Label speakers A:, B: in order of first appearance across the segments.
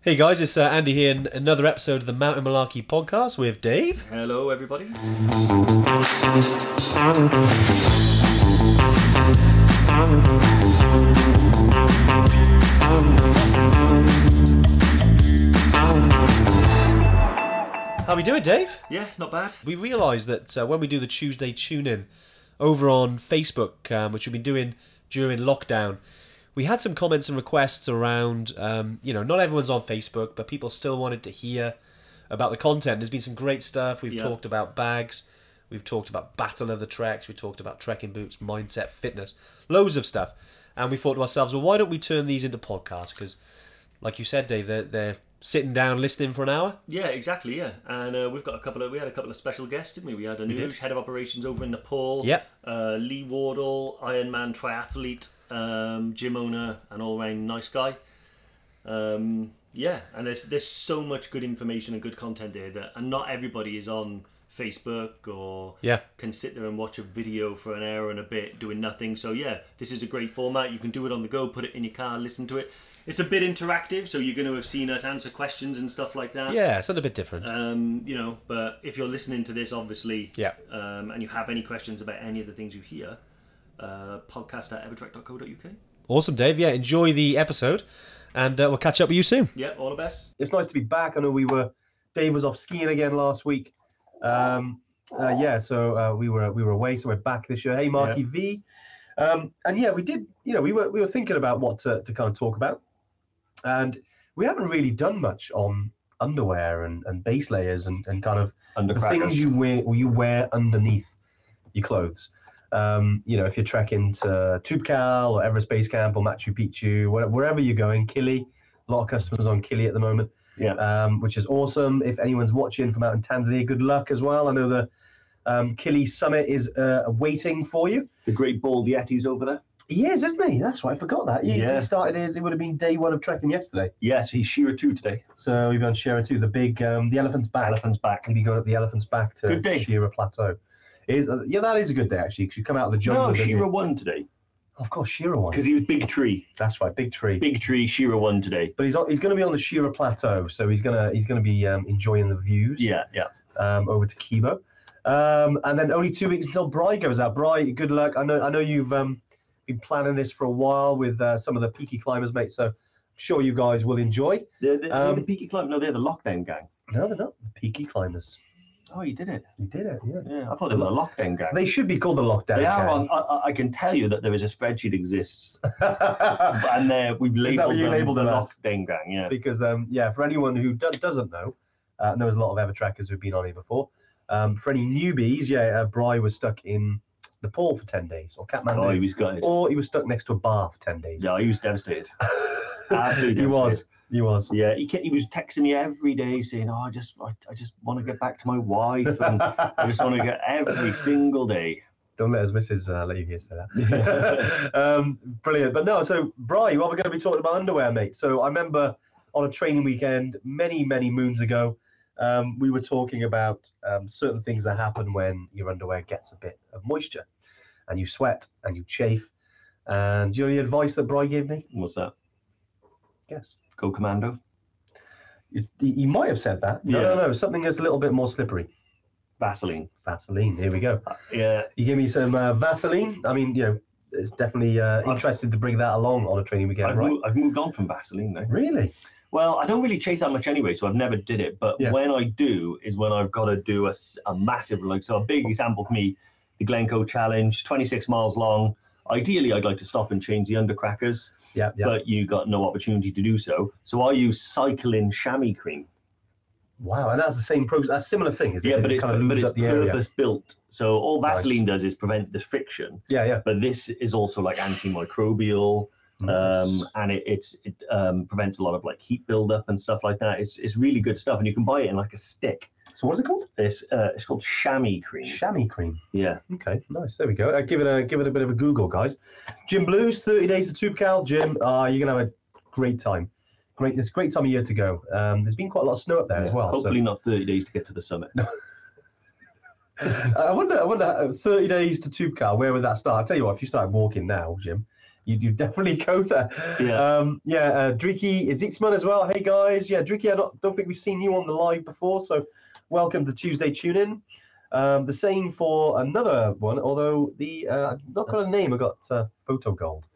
A: Hey guys, it's uh, Andy here in another episode of the Mountain Malarkey podcast with Dave.
B: Hello, everybody.
A: How we doing, Dave?
B: Yeah, not bad.
A: We realised that uh, when we do the Tuesday tune in over on Facebook, um, which we've been doing during lockdown, we had some comments and requests around, um, you know, not everyone's on Facebook, but people still wanted to hear about the content. There's been some great stuff. We've
B: Yeah.
A: talked about bags, we've talked about Battle of the Treks, we talked about trekking boots, mindset, fitness, loads of stuff. And we thought to ourselves, well, why don't we turn these into podcasts? Because, like you said, Dave, they're, they're sitting down listening for an hour.
B: Yeah, exactly. Yeah, and uh, we've got a couple of we had a couple of special guests, didn't we? We had a new
A: did.
B: head of operations over in Nepal.
A: Yep.
B: Uh, Lee Wardle, Ironman triathlete, um, gym owner, and all-round nice guy. Um, yeah, and there's there's so much good information and good content there that, and not everybody is on Facebook or
A: Yeah.
B: can sit there and watch a video for an hour and a bit doing nothing. So yeah, this is a great format. You can do it on the go, put it in your car, listen to it. It's a bit interactive, so you're going to have seen us answer questions and stuff like that.
A: Yeah, it's a little bit different.
B: Um, you know, but if you're listening to this, obviously,
A: Yeah.
B: um, and you have any questions about any of the things you hear, uh, podcast at evertrack.co.uk.
A: Awesome, Dave. Yeah, enjoy the episode, and uh, we'll catch up with you soon.
B: Yeah, all the best.
C: it's nice to be back. I know we were Dave was off skiing again last week. Um, uh, yeah, so uh, we were we were away, so we're back this year. Hey, Marky V, um, and yeah, we did. You know, we were we were thinking about what to, to kind of talk about, and we haven't really done much on underwear and, and base layers and, and kind of
D: under
C: the
D: crackers.
C: things you wear or you wear underneath your clothes. Um, you know, if you're trekking to Tubcal or Everest Base Camp or Machu Picchu, where- wherever you're going, Kili, a lot of customers on Kili at the moment,
D: Yeah.
C: um, which is awesome. If anyone's watching from out in Tanzania, good luck as well. I know the um, Kili Summit is uh, waiting for you.
D: the great bald yetis over there.
C: He is, isn't he? That's right. I forgot that. He,
D: Yeah.
C: he started his, it would have been day one of trekking yesterday.
D: Yes, he's Shira too today.
C: So we've done Shira too, the big, um, the elephant's back.
D: Elephant's back.
C: Maybe go up the elephant's back to
D: Good day.
C: Shira Plateau. It Is uh, yeah, that is a good day actually because you come out of the jungle.
D: No,
C: don't you?
D: Shira won today
C: Of course, Shira one.
D: because he was big tree.
C: That's right, big tree.
D: Big tree. Shira won today.
C: But he's on, he's going to be on the Shira Plateau, so he's gonna he's gonna be um, enjoying the views.
D: Yeah, yeah.
C: Um, over to Kibo, um, and then only two weeks until Bry goes out. Bry, good luck. I know I know you've um, been planning this for a while with uh, some of the peaky climbers, mate. So. I'm Sure, you guys will enjoy.
D: They're, they're,
C: Um,
D: they're the Peaky Climb. No, they're the lockdown gang.
C: No, they're not the peaky climbers.
D: Oh, you did it.
C: You did it, yeah.
D: Yeah, I thought they were the lockdown gang.
C: They should be called the lockdown.
D: They are
C: gang.
D: on. I- I, I can tell you that there is a spreadsheet exists, and uh, we've
C: Is that
D: labelled
C: what you
D: them
C: labelled
D: the
C: them as?
D: lockdown gang. Yeah,
C: because um, yeah, for anyone who do- doesn't know, uh, and there was a lot of Evertrackers who've been on here before. Um, for any newbies, yeah, uh, Bry was stuck in Nepal for ten days, or
D: oh, he
C: Kathmandu,
D: was gutted.
C: or he was stuck next to a bar for ten days.
D: Yeah, he was devastated. Absolutely
C: he was. He was.
D: Yeah, he, ca- he was texting me every day saying, "Oh, I just, I, I just want to get back to my wife, and I just want to get every single day."
C: Don't let us missus uh, let you hear say that. um, brilliant. But no, so Bry, well, we're going to be talking about underwear, mate. So I remember on a training weekend many, many moons ago, um, we were talking about um, certain things that happen when your underwear gets a bit of moisture and you sweat and you chafe. And do you know the advice that Bry gave me?
D: What's that?
C: Yes.
D: Go Commando.
C: You, you might have said that. No,
D: Yeah.
C: no, no. Something that's a little bit more slippery.
D: Vaseline.
C: Vaseline. Here we go.
D: Yeah,
C: You give me some uh, Vaseline. I mean, you know, it's definitely uh, interested to bring that along on a training weekend,
D: I've,
C: right?
D: mo- I've moved on from Vaseline now.
C: Really?
D: Well, I don't really chase that much anyway, so I've never did it. But
C: Yeah.
D: when I do, is when I've got to do a, s- a massive like. So a big example for me, the Glencoe Challenge, 26 miles long. Ideally, I'd like to stop and change the undercrackers,
C: Yeah, yeah.
D: but you got no opportunity to do so. So I use cycling chamois cream.
C: wow, and that's the same process. That's a similar thing, is it?
D: Yeah,
C: It
D: but it's,
C: kind of
D: but
C: lubes
D: it's
C: up the area.
D: purpose built. So all
C: Nice.
D: Vaseline does is prevent the friction.
C: Yeah, yeah.
D: But this is also like antimicrobial. um, and it, it's it um, prevents a lot of like heat buildup and stuff like that. It's it's really good stuff, and you can buy it in like a stick.
C: so what is it called?
D: It's uh, it's called chamois cream.
C: Chamois cream.
D: yeah,
C: Okay, nice. There we go. Uh, give it a give it a bit of a Google, guys. Jim Blues, thirty days to Tubcal. Jim, uh, you're gonna have a great time. Great, it's a great time of year to go. Um, there's been quite a lot of snow up there as
D: Yeah.
C: well. so-
D: Hopefully not thirty days to get to the summit.
C: I wonder, I wonder, uh, 30 days to Tubcar, where would that start? I'll tell you what, if you started walking now, Jim, you you definitely go there.
D: Yeah.
C: Um, yeah. Uh, Driki is Itzman as well. Hey guys. Yeah, Driki, I don't, don't think we've seen you on the live before, so welcome to Tuesday Tune In. Um, the same for another one, although the uh, I've not got a name. I got uh, Photo Gold.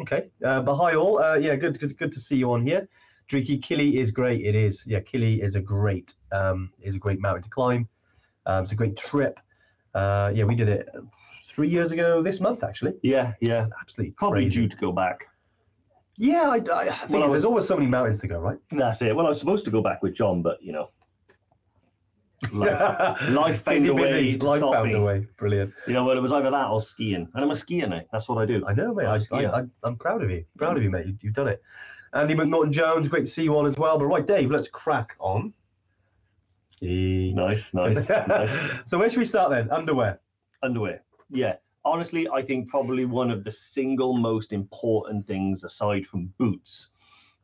C: Okay. Uh, but hi all. Uh, yeah, good, good, good to see you on here. Driki Killy is great. It is. Yeah, Killy is a great um, is a great mountain to climb. Um, it's a great trip. Uh, yeah, we did it three years ago this month actually.
D: Yeah, yeah.
C: Absolutely
D: Probably
C: crazy.
D: due to go back.
C: Yeah, I, I, I think
D: Well, I was-
C: there's always so many mountains to go, right?
D: That's it. Well, I was supposed to go back with John, but you know, life, life found
C: Busy,
D: a way.
C: busy.
D: to
C: Life
D: stop
C: found
D: me.
C: a way. Brilliant.
D: You know, well, it was either that or skiing, and I'm a skier now. That's what I do.
C: I know, mate. I,
D: Nice,
C: I,
D: yeah.
C: I, I'm proud of you. Proud of you, mate. You, you've done it. Andy McNaughton Jones, great to see you on as well. But right, Dave, let's crack on. Eh.
D: Nice, nice, nice.
C: so where should we start then? Underwear.
D: Underwear. Yeah. Honestly, I think probably one of the single most important things aside from boots.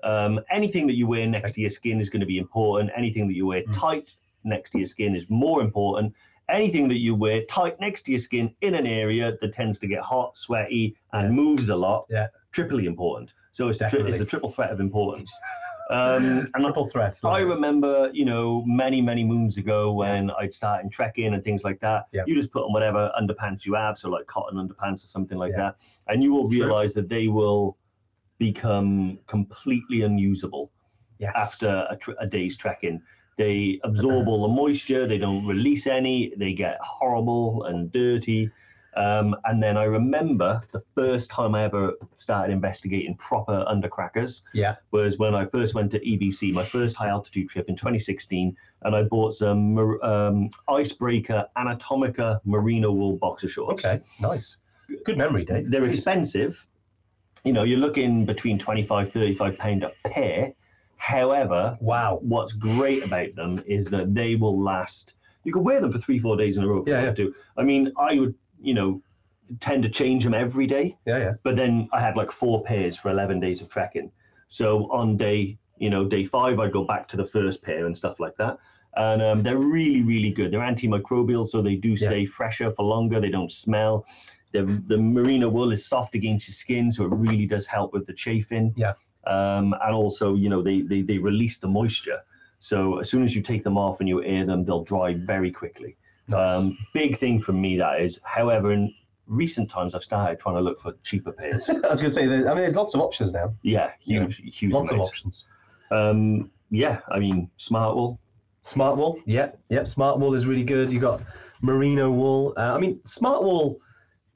D: Um, anything that you wear next to your skin is going to be important. Anything that you wear
C: Mm.
D: tight next to your skin is more important. Anything that you wear tight next to your skin in an area that tends to get hot, sweaty, and
C: Yeah.
D: moves a lot,
C: Yeah.
D: triply important. So it's a, tri- it's
C: Definitely.
D: a triple threat of importance. Um, and I
C: Triple threat.
D: I
C: like-
D: remember, you know, many, many moons ago when I'd started trekking and things like that.
C: Yeah.
D: You just put on whatever underpants you have, so like cotton underpants or something like
C: Yeah.
D: that, and you will
C: True.
D: realize that they will become completely unusable
C: Yes. Uh-huh.
D: after a, tr- a day's trekking. They absorb all the moisture, they don't release any, they get horrible and dirty. Um, and then I remember the first time I ever started investigating proper undercrackers
C: Yeah.
D: was when I first went to EBC, my first high altitude trip in 2016, and I bought some mar- um, Icebreaker Anatomica merino wool boxer shorts.
C: Okay. Nice. Good memory, Dave.
D: They're
C: Jeez.
D: expensive. You know, you're looking between 25, 35 pound a pair. However,
C: Wow.
D: what's great about them is that they will last. You can wear them for three, four days in a row. if you
C: Yeah,
D: want to. I mean, I would, you know, tend to change them every day
C: Yeah, yeah.
D: but then I had like four pairs for 11 days of trekking. So on day, you know, day five, I'd go back to the first pair and stuff like that. And um, they're really, really good. They're antimicrobial, so they do
C: Yeah.
D: stay fresher for longer. They don't smell. The, the merino wool is soft against your skin, so it really does help with the chafing.
C: Yeah.
D: Um, and also, you know, they, they, they release the moisture. So as soon as you take them off and you air them, they'll dry very quickly.
C: Nice.
D: Um, big thing for me that is. However, in recent times, I've started trying to look for cheaper pairs.
C: I was going to say, there- I mean, there's lots of options now.
D: Yeah,
C: Yeah.
D: huge, huge.
C: Lots of
D: amount.
C: options.
D: Um, yeah, I mean, smart wool.
C: Smart wool, yeah, yep. Smart wool is really good. You got merino wool. Uh, I mean, smart wool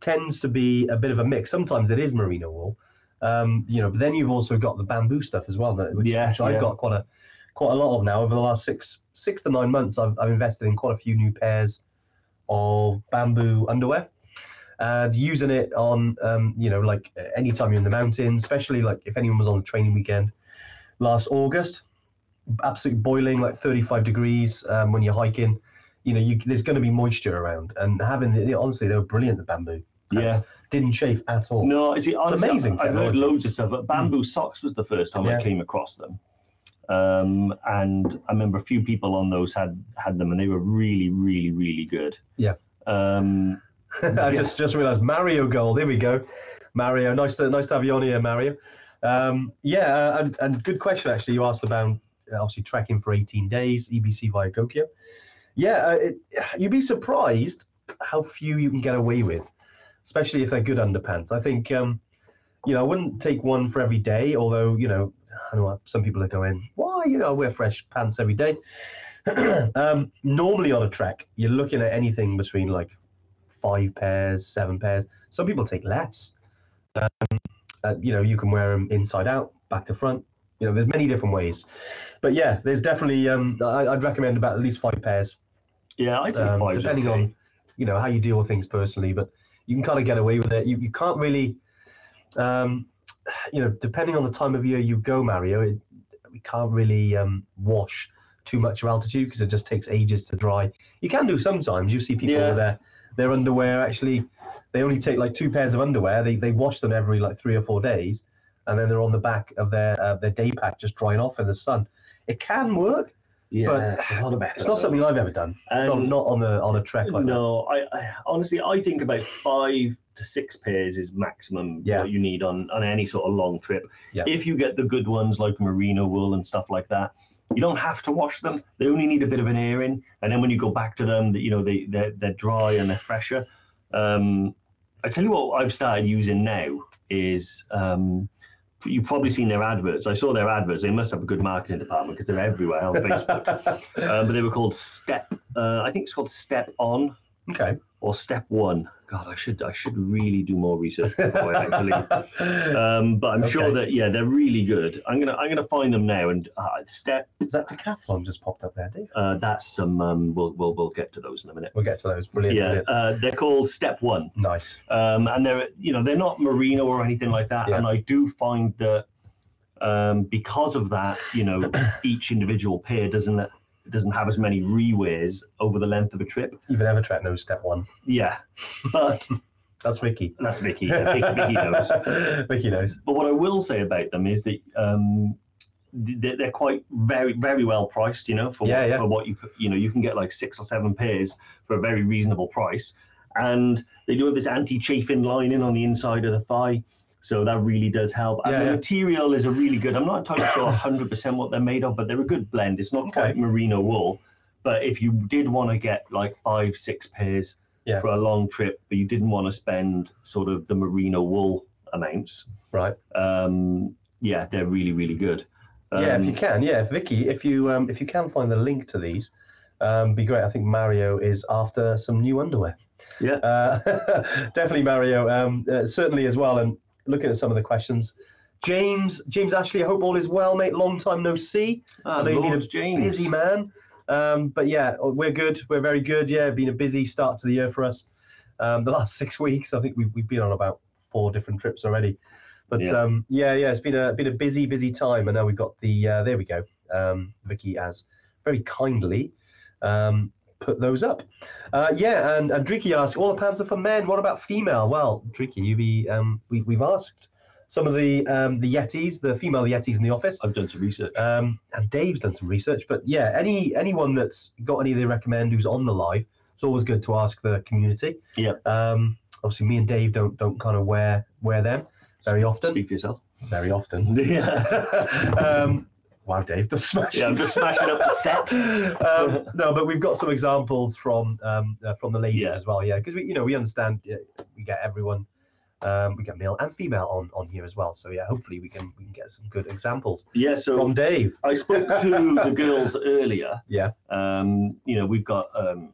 C: tends to be a bit of a mix. Sometimes it is merino wool, um, you know. But then you've also got the bamboo stuff as well, that- which,
D: Yeah,
C: which I've
D: yeah.
C: got quite a quite a lot of now. Over the last six six to nine months, I've, I've invested in quite a few new pairs of bamboo underwear and using it on, um, you know, like uh, anytime you're in the mountains, especially like if anyone was on a training weekend last August, absolutely boiling, like 35 degrees um, when you're hiking, you know, you, there's going to be moisture around. And having the, honestly, they were brilliant, the bamboo.
D: Yeah.
C: Didn't chafe at all.
D: No, is it honestly,
C: amazing
D: I've heard
C: technology. Hmm.
D: loads of stuff. But bamboo socks was the first time
C: Yeah.
D: I came across them, um, and I remember a few people on those had had them, and they were really, really, really good.
C: Yeah.
D: Um,
C: I just just realised Mario Gold. Here we go, Mario. Nice to nice to have you on here, Mario. Um, yeah, uh, and, and good question actually. You asked about uh, obviously trekking for 18 days, EBC via Gokyo. Yeah, uh, it, you'd be surprised how few you can get away with, especially if they're good underpants. I think um, you know I wouldn't take one for every day. Although you know, I know some people are going, why you know I wear fresh pants every day. um, normally on a trek, you're looking at anything between like five pairs, seven pairs. Some people take less. Um, uh, you know, you can wear them inside out, back to front. You know, there's many different ways. But yeah, there's definitely. Um, I, I'd recommend about at least five pairs,
D: yeah, I think
C: um,
D: five's
C: depending
D: okay.
C: on, you know, how you deal with things personally. But you can kind of get away with it. You you can't really, um, you know, depending on the time of year you go, Mario, it, we can't really um, wash too much of altitude because it just takes ages to dry. You can do sometimes. You see people
D: Yeah.
C: with their their underwear actually, they only take like two pairs of underwear. They they wash them every like three or four days, and then they're on the back of their uh, their day pack just drying off in the sun. It can work.
D: Yeah,
C: but
D: it's a lot of
C: It's not
D: effort.
C: something I've ever done. Not,
D: And-
C: not on a on a trek like that.
D: no, I, I honestly I think about five to six pairs is maximum
C: Yeah.
D: what you need on, on any sort of long trip.
C: Yeah.
D: If you get the good ones like merino wool and stuff like that, you don't have to wash them. They only need a bit of an airing, and then when you go back to them, you know they they're, they're dry and they're fresher. Um, I tell you what, I've started using now is um, you've probably seen their adverts. I saw their adverts. They must have a good marketing department because they're everywhere on Facebook. um, but they were called Step. Uh, I think it's called Step On
C: okay.
D: or step one. God, I should I should really do more research before I actually. Um, but I'm sure
C: Okay.
D: that yeah, they're really good. I'm gonna I'm gonna find them now and uh, step.
C: Is that decathlon just popped up there, Dave?
D: Uh, that's some. Um, we'll we'll we'll get to those in a minute.
C: We'll get to those. Brilliant.
D: Yeah,
C: brilliant.
D: uh, they're called step one,
C: Nice.
D: um, and they're you know they're not merino or anything like that.
C: Yeah.
D: And I do find that um, because of that, you know, each individual pair doesn't doesn't have as many rewears over the length of a trip.
C: Even Evertret knows step one.
D: Yeah, but
C: That's Vicky.
D: that's Vicky. Vicky, Vicky knows.
C: Vicky knows.
D: But what I will say about them is that um, they're, they're quite very very well priced. You know, for
C: Yeah,
D: what,
C: yeah.
D: for what you you know you can get like six or seven pairs for a very reasonable price, and they do have this anti-chafing lining on the inside of the thigh. So that really does help. And
C: Yeah,
D: the
C: yeah.
D: material is a really good. I'm not entirely sure 100% what they're made of, but they're a good blend. It's not
C: Okay.
D: quite merino wool, but if you did want to get like five, six pairs
C: Yeah.
D: for a long trip, but you didn't want to spend sort of the merino wool amounts,
C: Right.
D: um, yeah, they're really, really good. Um,
C: yeah, if you can. Yeah, Vicky, if you um, if you can find the link to these, um, be great. I think Mario is after some new underwear.
D: Yeah.
C: Uh, definitely Mario. Um, uh, certainly as well. And looking at some of the questions, James, James Ashley, I hope all is well, mate. Long time no see.
D: Ah,
C: they
D: Lord
C: need a
D: James.
C: busy man. Um, but yeah, we're good. We're very good. Yeah, been a busy start to the year for us. Um, the last six weeks, I think we've, we've been on about four different trips already. But
D: Yeah.
C: yeah, um, yeah, yeah, it's been a been a busy, busy time. And now we've got the uh, there we go. Um, Vicky has very kindly um, put those up. Uh, yeah, and, and Dricky asked, all the pants are for men. What about female? Well, Dricky, you be um, we, we've asked some of the um, the Yetis, the female Yetis in the office.
D: I've done some research.
C: Um, and Dave's done some research, but yeah, any anyone that's got any they recommend who's on the live, it's always good to ask the community.
D: Yeah.
C: Um, obviously, me and Dave don't don't kind of wear wear them very often.
D: Speak for yourself.
C: Very often.
D: yeah,
C: um, wow, Dave, just smash.
D: I'm just smashing up the set.
C: um, no, but we've got some examples from um, uh, from the ladies
D: Yeah.
C: as well. Yeah, because we you know we understand uh, we get everyone. Um, we get male and female on, on here as well. So yeah, hopefully we can we can get some good examples
D: Yeah, so
C: from Dave.
D: I spoke to the girls earlier.
C: Yeah.
D: Um, you know, we've got um,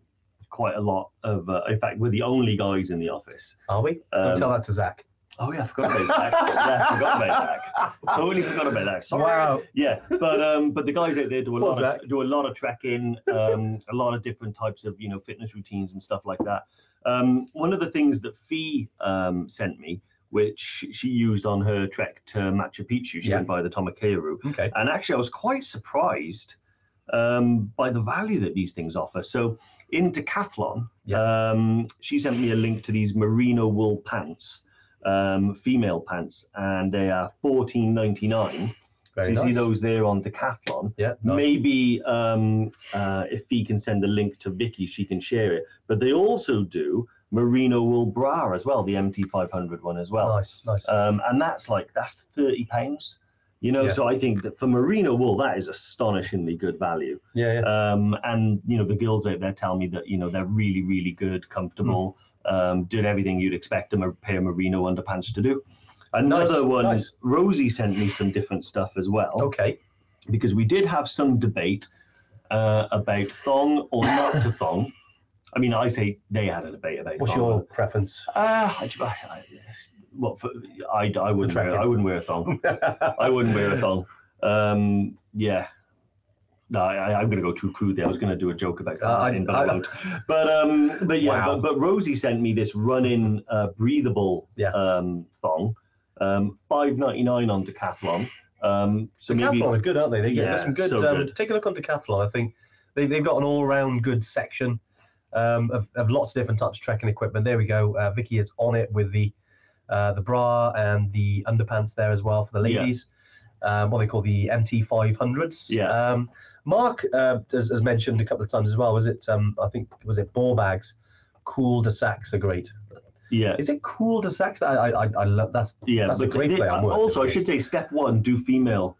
D: quite a lot of. Uh, in fact, we're the only guys in the office.
C: Are we?
D: Um,
C: Don't tell that to Zach.
D: Oh yeah, I forgot about Zach. yeah, I forgot about Zach. Totally forgot about Zach. Sorry.
C: Wow.
D: Yeah, but um, but the guys out there do a
C: Poor
D: lot
C: Zach.
D: of, do a lot of trekking, um, a lot of different types of you know fitness routines and stuff like that. Um, one of the things that Fee um, sent me, which she used on her trek to Machu Picchu, she
C: Yeah.
D: went by the Tomakeru,
C: Okay.
D: and actually, I was quite surprised um, by the value that these things offer. So, in Decathlon, um, she sent me a link to these merino wool pants, um, female pants, and they are fourteen ninety nine. So
C: Very
D: you
C: nice.
D: see those there on Decathlon.
C: Yeah. nice.
D: Maybe um, uh, if he can send a link to Vicky, she can share it. But they also do merino wool bra as well, the MT500 one as well
C: Nice. Nice.
D: um, and that's like that's thirty pounds. You know,
C: Yeah.
D: so I think that for merino wool, that is astonishingly good value.
C: yeah. Yeah.
D: Um, and you know, the girls out there tell me that you know they're really, really good, comfortable, um, did everything you'd expect a mer- pair of merino underpants to do.
C: Nice,
D: Another one,
C: nice.
D: Rosie sent me some different stuff as well
C: Okay.
D: because we did have some debate uh, about thong or not to thong. I mean, I say they had a debate about
C: What's
D: thong.
C: your preference?
D: Uh, I, I, I, well, for, I, I wouldn't
C: Attractive.
D: wear, I wouldn't wear a thong. I
C: I
D: wouldn't wear a thong. Um, yeah. No, I, I- I'm going to go too crude there. I was going to do a joke about that,
C: Uh, I-
D: in, but,
C: I-
D: I won't. but um, but yeah,
C: Wow.
D: but, but Rosie sent me this running uh, breathable
C: Yeah.
D: um, thong, um, five ninety nine on Decathlon. Um, so
C: Decathlon
D: maybe
C: are E good, aren't they? They
D: Yeah,
C: yeah, some good,
D: so
C: um,
D: good.
C: Take a look on Decathlon. I think they, they've got an all-round good section um, of, of lots of different types of trekking equipment. There we go. Uh, Vicky is on it with the uh, the bra and the underpants there as well for the
D: Yeah.
C: ladies. Um, what they call the MT500s.
D: Yeah.
C: Um, Mark uh, has, has mentioned a couple of times as well. Was it? Um, I think was it ball bags, cool de sacs are great.
D: Yeah.
C: Is it cool to sex? I I, I I love that's
D: Yeah,
C: That's a
D: but
C: great
D: they-
C: play on words,
D: Also, I
C: isn't it?
D: should say step one: do female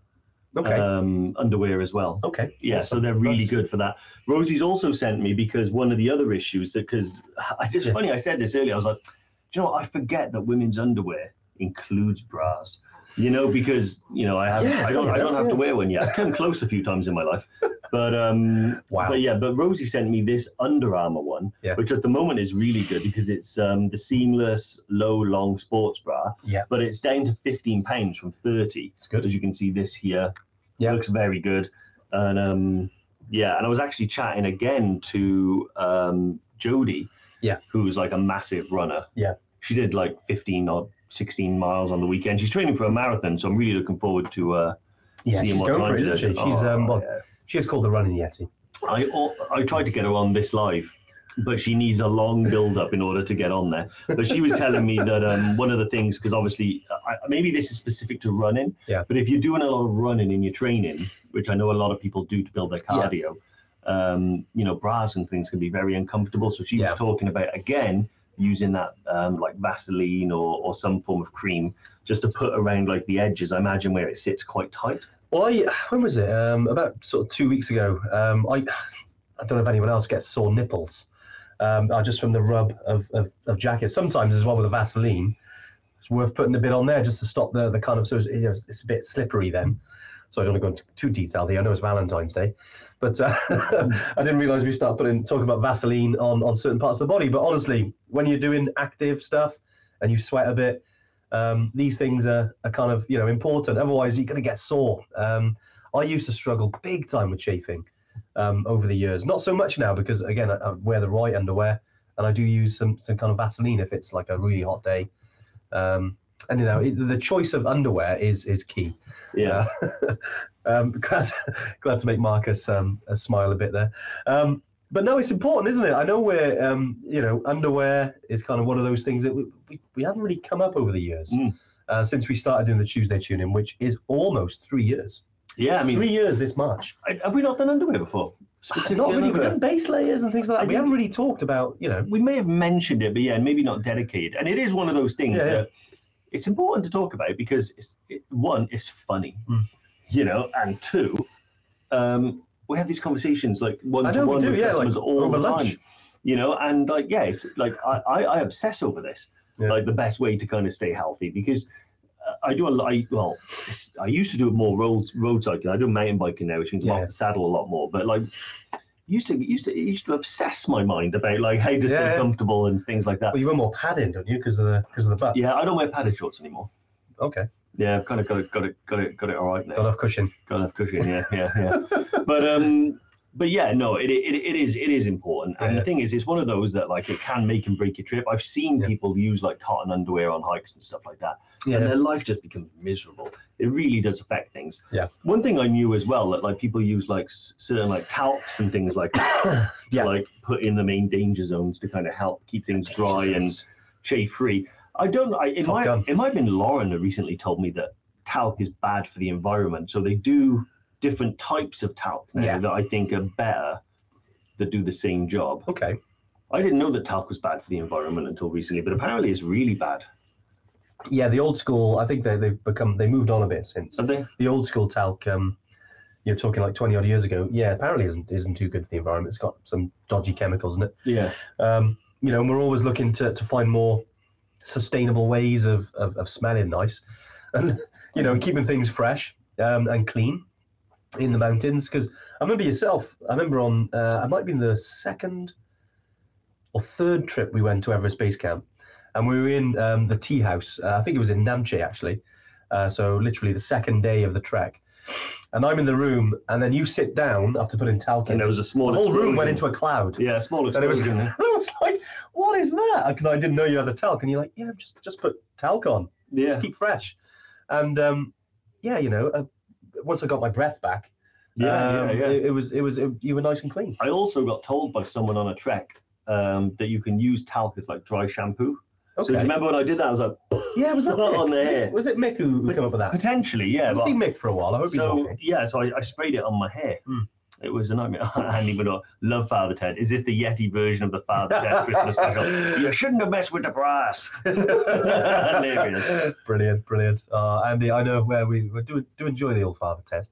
C: okay.
D: um, underwear as well.
C: okay.
D: Yeah, so
C: awesome.
D: they're really
C: Nice.
D: good for that. Rosie's also sent me because one of the other issues that because it's
C: Yeah.
D: funny I said this earlier. I was like, do you know what? I forget that women's underwear includes bras. You know, because you know I have
C: Yeah,
D: I don't I don't have
C: yeah.
D: to wear one yet. I've come close a few times in my life, but um,
C: Wow.
D: but yeah, but Rosie sent me this Under Armour one,
C: Yeah.
D: which at the moment is really good because it's um, the seamless low long sports bra.
C: Yeah.
D: But it's down to fifteen pounds from thirty. It's
C: good.
D: as you can see this here.
C: Yeah.
D: Looks very good, and um, yeah, and I was actually chatting again to um, Jody.
C: Yeah.
D: Who's like a massive runner.
C: Yeah.
D: She did like fifteen or sixteen miles on the weekend. She's training for a marathon, so I'm really looking forward to uh,
C: Yeah,
D: seeing
C: she's
D: what
C: going for
D: time
C: it, isn't
D: it
C: she?
D: is.
C: She's um,
D: Oh,
C: well, she is called the running yeti.
D: I I tried to get her on this live, but she needs a long build up in order to get on there. But she was telling me that um, one of the things, because obviously I, maybe this is specific to running,
C: Yeah.
D: but if you're doing a lot of running in your training, which I know a lot of people do to build their
C: Yeah.
D: cardio, um, you know, bras and things can be very uncomfortable. So she
C: Yeah.
D: was talking about again using that um, like Vaseline or, or some form of cream just to put around like the edges. I imagine where it sits quite tight.
C: Well, I, when was it? Um, about sort of two weeks ago. Um, I I don't know if anyone else gets sore nipples, um, uh, just from the rub of, of, of jackets. Sometimes as well with the Vaseline, it's worth putting a bit on there just to stop the, the kind of so it's, you know, it's, it's a bit slippery then. So I don't want to go into too detailed here. I know it's Valentine's Day, but uh, I didn't realise we start putting talking about Vaseline on on certain parts of the body. But honestly, when you're doing active stuff and you sweat a bit, um, these things are, are kind of you know important. Otherwise, you're going to get sore. Um, I used to struggle big time with chafing um, over the years. Not so much now because again, I, I wear the right underwear and I do use some some kind of Vaseline if it's like a really hot day. Um, and you know, it, the choice of underwear is is key.
D: Yeah.
C: Uh, um, glad, glad to make Marcus um, a smile a bit there. Um, but no, it's important, isn't it? I know we're, um, you know, underwear is kind of one of those things that we, we, we haven't really come up over the years
D: Mm.
C: uh, since we started doing the Tuesday tune in, which is almost three years.
D: Yeah, I mean,
C: three years this March.
D: I- have we not done underwear before?
C: It's not really, we've
D: Underwear.
C: done base layers and things like
D: I
C: that. We
D: think-
C: haven't really talked about, you know,
D: we may have mentioned it, but yeah, maybe not dedicated. And it is one of those things
C: Yeah, yeah.
D: that it's important to talk about because it's it, one, it's funny,
C: Mm.
D: you know, and two, um, we have these conversations like one
C: I
D: to
C: know we
D: one
C: do,
D: with
C: yeah, like,
D: customers all
C: over
D: the time,
C: lunch.
D: you know, and like yeah, it's like I I, I obsess over this,
C: Yeah.
D: like the best way to kind of stay healthy because. uh, I do a lot. I, well, it's- I used to do more road road cycling. I do mountain biking now, which means I'm
C: Yeah.
D: off the saddle a lot more. But like, used to used to used to obsess my mind about like how to stay
C: Yeah.
D: comfortable and things like that.
C: well, you wear more padding, don't you, because of the because of the butt?
D: Yeah, I don't wear padded shorts anymore.
C: Okay,
D: Yeah, I've kind of got it, got it, got it, got it all right now.
C: got off cushion.
D: Got enough cushion. Yeah, yeah, yeah. but um, but yeah, no, it it, it is it is important. And
C: Yeah.
D: the thing is, it's one of those that like it can make and break your trip. I've seen
C: Yeah.
D: people use like cotton underwear on hikes and stuff like that and
C: Yeah,
D: their life just becomes miserable. It really does affect things.
C: Yeah.
D: One thing I knew as well that like people use like s- certain like talcs and things like that
C: Yeah.
D: to like put in the main danger zones to kind of help keep things dry and shade free. I don't. I, it
C: Top
D: might.
C: Gun.
D: It might have been Lauren that recently told me that talc is bad for the environment. So they do different types of talc now
C: Yeah.
D: that I think are better that do the same job.
C: okay.
D: I didn't know that talc was bad for the environment until recently, but apparently it's really bad.
C: Yeah, the old school. I think they they've become they moved on a bit since
D: Are they?
C: the old school talc. Um, you're talking like twenty odd years ago. Yeah, apparently isn't isn't too good for the environment. It's got some dodgy chemicals in it.
D: Yeah.
C: Um, you know, and we're always looking to, to find more sustainable ways of, of, of smelling nice, and you know, keeping things fresh um, and clean in the mountains. Because I remember yourself. I remember on uh, I might be in the second or third trip we went to Everest Base Camp, and we were in um, the tea house. Uh, I think it was in Namche actually. Uh, so literally the second day of the trek. And I'm in the room, and then you sit down after putting talc in.
D: And there was a small.
C: the whole room went
D: explosion.
C: into a cloud.
D: Yeah, a small
C: And it was,
D: explosion.
C: I was like, what is that? Because I didn't know you had the talc. And you're like, yeah, just just put talc on.
D: yeah,
C: Just keep fresh. And um, yeah, you know, uh, once I got my breath back,
D: yeah,
C: um,
D: yeah, yeah.
C: It, it was, it was, it, you were nice and clean.
D: I also got told by someone on a trek um, that you can use talc as like dry shampoo. So do
C: Okay.
D: you remember when I did that? I was like,
C: yeah, was that
D: Not
C: Mick?
D: on the hair.
C: Was it Mick who, who came up with that?
D: potentially, yeah.
C: I've
D: but-
C: seen Mick for a while. I hope he's
D: so
C: okay.
D: yeah, so I, I sprayed it on my hair.
C: Hmm.
D: It was a nightmare. I hadn't even know. Love Father Ted. Is this the Yeti version of the Father Ted Christmas special? You shouldn't have messed with the brass. Hilarious.
C: brilliant, brilliant. Uh, Andy, I know where we, we do, do enjoy the old Father Ted.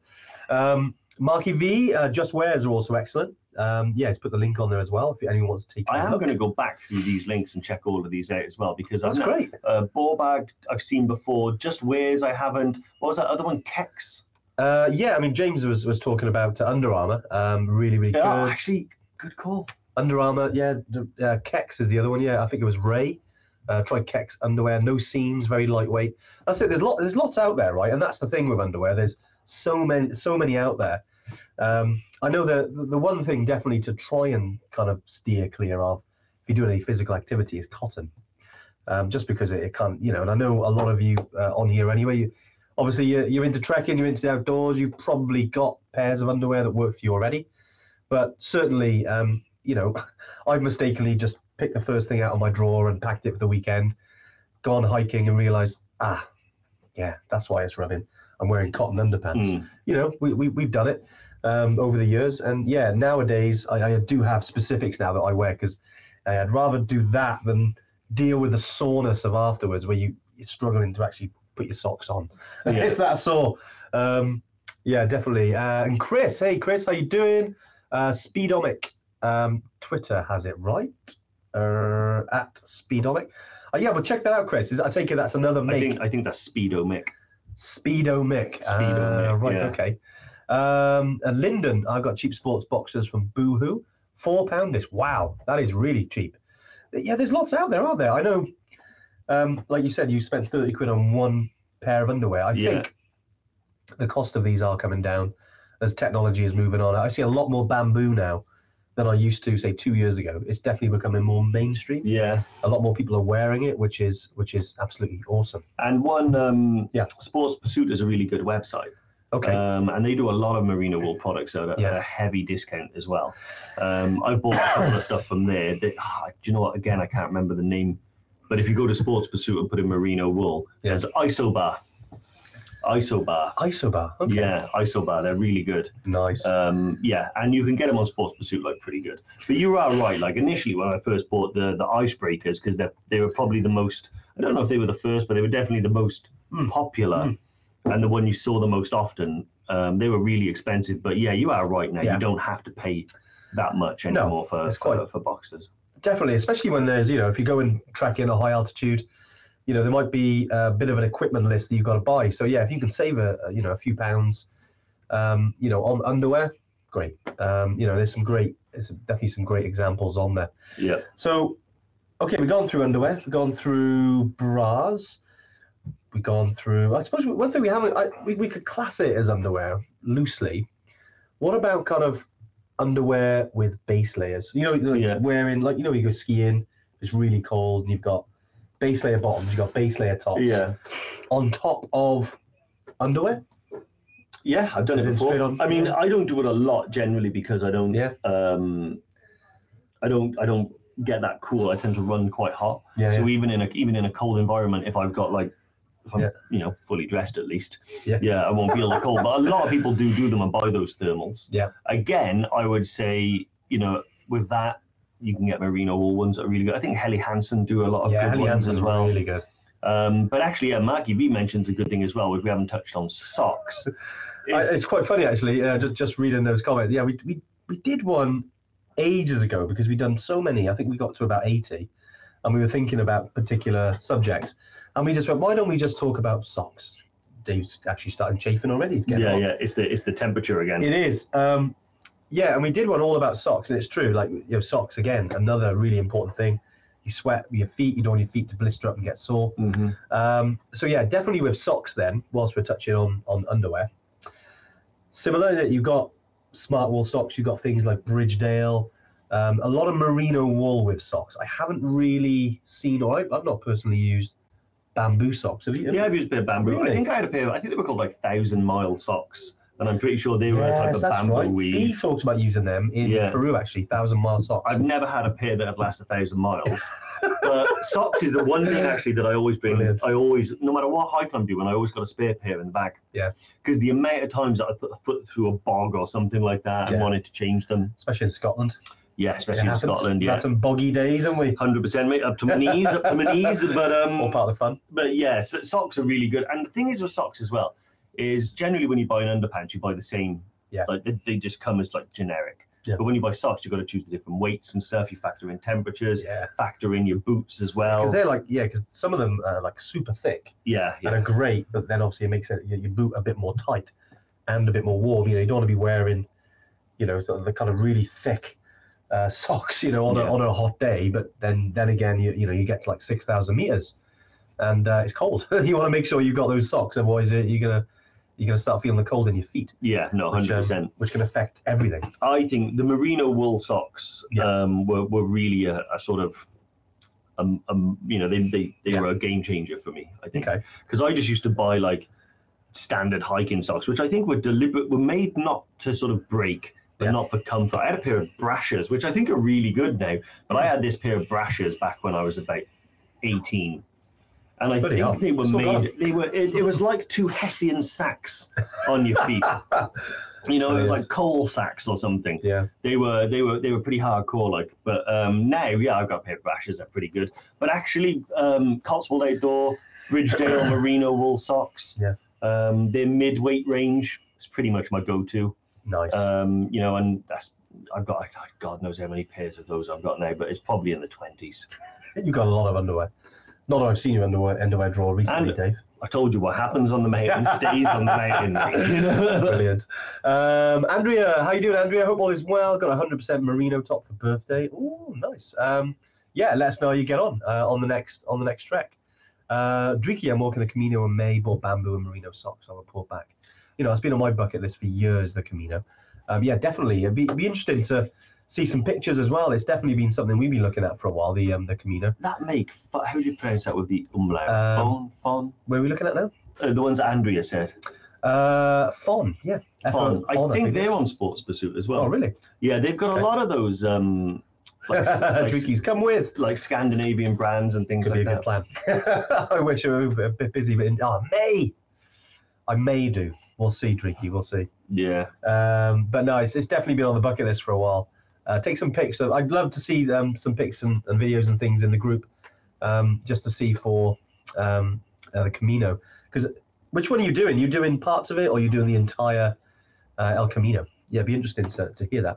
C: Um, Marky V, uh, Just Wares are also excellent. Um, yeah, he's put the link on there as well if anyone wants to take a
D: I am
C: look.
D: going to go back through these links and check all of these out as well because
C: That's
D: I've not-
C: great.
D: Uh, Borbag, I've seen before. Just Wares, I haven't. What was that other one? Kex.
C: Uh, yeah, I mean, James was, was talking about uh, Under Armour. Um, really, really
D: Yeah,
C: good.
D: actually, good call.
C: Under Armour, yeah. d- Uh, Kex is the other one. Yeah, I think it was Ray. Uh, try Kex underwear, no seams, very lightweight. That's it. There's lot. There's lots out there, right? And that's the thing with underwear. There's so many, so many out there. Um, I know the the one thing definitely to try and kind of steer clear of if you're doing any physical activity is cotton, um, just because it, it can't, you know. And I know a lot of you uh, on here anyway. You, obviously, you're, you're into trekking, you're into the outdoors. You've probably got pairs of underwear that work for you already, but certainly, um, you know, I've mistakenly just picked the first thing out of my drawer and packed it for the weekend, gone hiking and realized, ah, yeah, that's why it's rubbing. I'm wearing cotton underpants.
D: Hmm.
C: You know, we, we, we've done it um, over the years. And yeah, nowadays I, I do have specifics now that I wear because I'd rather do that than deal with the soreness of afterwards where you, you're struggling to actually put your socks on.
D: Yeah.
C: it's that sore. Um, yeah, definitely. Uh, and Chris, hey, Chris, how you doing? Uh, Speedomic. Um, Twitter has it right. Uh, at Speedomic. Uh, yeah, well, check that out, Chris. Is, I take it that's another
D: I
C: make.
D: think I think that's Speedo Mick.
C: Speedo Mick.
D: Speedo
C: Ah,
D: Mick,
C: right,
D: yeah.
C: okay. Um, and Linden, I've got cheap sports boxers from Boohoo. Four poundish. Wow, that is really cheap. Yeah, there's lots out there, aren't there? I know, um, like you said, you spent 30 quid on one pair of underwear. I
D: Yeah.
C: think the cost of these are coming down as technology is moving on. I see a lot more bamboo now than I used to, say, two years ago. It's definitely becoming more mainstream.
D: Yeah.
C: A lot more people are wearing it, which is which is absolutely awesome.
D: And one, um,
C: Yeah.
D: Sports Pursuit is a really good website.
C: Okay.
D: Um, and they do a lot of merino wool products at a, at
C: Yeah.
D: a heavy discount as well. Um, I bought a couple of stuff from there. That, ah, do you know what? Again, I can't remember the name. But if you go to Sports Pursuit and put in merino wool,
C: Yeah.
D: there's Isobar. Isobar.
C: Isobar. Okay.
D: Yeah, Isobar. They're really good.
C: Nice.
D: Um, yeah, and you can get them on Sports Pursuit like pretty good. But you are right. Like initially when I first bought the the icebreakers because they they were probably the most. I don't know if they were the first, but they were definitely the most
C: Mm.
D: popular and the one you saw the most often. Um, they were really expensive, but yeah, you are right. Now
C: Yeah.
D: you don't have to pay that much
C: No,
D: anymore for,
C: it's
D: for
C: quite-
D: for boxes.
C: Definitely, especially when there's, you know, if you go and track in a high altitude, you know, there might be a bit of an equipment list that you've got to buy. So yeah, if you can save a, a, you know, a few pounds, um, you know, on underwear, great. Um, you know, there's some great, there's definitely some great examples on there.
D: Yeah,
C: So, okay, we've gone through underwear, we've gone through bras, we've gone through. I suppose one thing we haven't, I, we, we could class it as underwear loosely. What about kind of underwear with base layers? You know, like
D: Yeah.
C: wearing like you know, you go skiing, it's really cold, and you've got base layer bottoms, you've got base layer tops
D: yeah,
C: on top of underwear.
D: yeah. I've done
C: As
D: it
C: in
D: before.
C: straight on-
D: I mean,
C: yeah.
D: I don't do it a lot generally because I don't.
C: Yeah.
D: Um, I don't. I don't get that cool. I tend to run quite hot.
C: Yeah,
D: So even in a even in a cold environment, if I've got like, if I'm
C: Yeah.
D: you know fully dressed at least,
C: Yeah.
D: I won't feel the cold. But a lot of people do do them and buy those thermals.
C: Yeah.
D: Again, I would say you know with that you can get merino wool ones that are really good. I think Helly Hansen do a lot of
C: yeah,
D: good
C: Helly
D: ones
C: Hansen's
D: as well.
C: really good.
D: Um, but actually, yeah, Marky V mentions a good thing as well, which we haven't touched on socks.
C: I,
D: Is-
C: it's quite funny actually. Uh, just just reading those comments. Yeah, we, we we did one ages ago because we'd done so many. I think we got to about eighty, and we were thinking about particular subjects, and we just went, why don't we just talk about socks? Dave's actually starting chafing already. It's getting
D: yeah,
C: hot.
D: yeah, it's the it's the temperature again.
C: It is. Um, yeah, and we did one all about socks, and it's true. Like you know, socks again, another really important thing. You sweat with your feet. You don't want your feet to blister up and get sore.
D: Mhm.
C: Um, so yeah, definitely with socks then, whilst we're touching on, on underwear. Similar, that you've got smart wool socks, you've got things like Bridgedale, um, a lot of merino wool with socks. I haven't really seen, or I've, I've not personally used bamboo socks. Have you?
D: Yeah, I've used a bit of bamboo. I
C: Really?
D: think I had a pair. I think they were called like thousand mile socks. and I'm pretty sure they were a type
C: Yes,
D: of
C: that's
D: bamboo
C: right. He
D: weed.
C: talks about using them in
D: Yeah.
C: Peru, actually, thousand mile socks.
D: I've never had a pair that have lasted a thousand miles. but socks is the one thing actually that I always bring.
C: Brilliant.
D: I always, no matter what hike I'm doing, I always got a spare pair in the bag.
C: Yeah.
D: Because the amount of times that I put a foot through a bog or something like that and
C: Yeah.
D: wanted to change them,
C: especially in Scotland.
D: yeah,
C: It
D: especially in
C: happens.
D: Scotland,
C: We've
D: yeah.
C: Had some boggy days, haven't we?
D: Hundred percent, mate. Up to my knees, up to my knees. But
C: All
D: um,
C: part of the fun.
D: but yeah, so socks are really good. And the thing is with socks as well is generally when you buy an underpants, you buy the same.
C: Yeah.
D: Like they, they just come as like generic.
C: Yeah.
D: But when you buy socks, you've got to choose the different weights and stuff. You factor in temperatures,
C: Yeah,
D: factor in your boots as well.
C: because they're like yeah, because some of them are like super thick
D: Yeah,
C: and
D: yeah.
C: are great, but then obviously it makes it, your, your boot a bit more tight and a bit more warm. You know, you don't want to be wearing, you know, sort of the kind of really thick uh, socks, you know, on,
D: Yeah.
C: a, on a hot day. But then then again, you you know, you get to like six thousand meters, and uh, it's cold. you want to make sure you've got those socks, otherwise uh, you're you're gonna you're gonna start feeling the cold in your feet,
D: Yeah, no,
C: Which,
D: hundred
C: um,
D: percent.
C: which can affect everything.
D: I think the merino wool socks
C: Yeah.
D: um, were were really a, a sort of, um, um, you know, they they, they
C: Yeah.
D: were a game changer for me. I think
C: Okay.
D: because I just used to buy like standard hiking socks, which I think were deliberate, were made not to sort of break, but
C: Yeah.
D: not for comfort. I had a pair of brashers, which I think are really good now, but I had this pair of brashers back when I was about 18. And I
C: Bloody
D: think
C: hell.
D: they were
C: Still got
D: made, they were, it, it was like two Hessian sacks on your feet. You know, it was
C: Brilliant.
D: like coal sacks or something.
C: Yeah.
D: They were, they were, they were pretty hardcore. Like, but um, now, yeah, I've got a pair of brashers. They're pretty good. But actually, um, Cotswold Outdoor, Bridgedale Merino wool socks.
C: Yeah.
D: Um, their mid-weight range is pretty much my go-to.
C: Nice.
D: Um, you know, and that's I've got God knows how many pairs of those I've got now, but it's probably in the twenties.
C: You've got a lot of underwear. Not that I've seen your underwear underwear drawer recently,
D: And-
C: Dave.
D: I told you what happens on the mountain stays on the mountain. mate, You know?
C: Brilliant. Um, Andrea, how you doing, Andrea? Hope all is well. Got a hundred percent merino top for birthday. Oh, nice. Um, yeah, let us know how you get on uh, on the next on the next trek. Uh, Driki, I'm walking the Camino in May. Bought bamboo and merino socks. I'll report back. You know, it's been on my bucket list for years. The Camino. Um, yeah, definitely. It'd be, it'd be interesting to see some pictures as well. It's definitely been something we've been looking at for a while. The um, the Camino.
D: That make fu- how do you pronounce that with the umlaut?
C: Um,
D: fon,
C: Where are we looking at now?
D: fon. Uh, the ones that Andrea said.
C: Uh, Fon. Yeah.
D: Fon. I
C: Fon,
D: think
C: it is.
D: they're on Sports Pursuit as well.
C: Oh, really?
D: Yeah, they've got
C: Okay.
D: a lot of those um, like, like,
C: Drickies, come with.
D: like Scandinavian brands and things
C: Could be
D: like
C: a
D: that.
C: good plan. I wish I were a bit busy, but in, oh, May. I may do. We'll see, Dricky. We'll see.
D: Yeah,
C: Um, but no, it's, it's definitely been on the bucket list for a while. Uh, take some pics. So I'd love to see um, some pics and, and videos and things in the group um, just to see for um, uh, the Camino. Because which one are you doing? You doing parts of it or you doing the entire uh, El Camino? Yeah, it'd be interesting to, to hear that.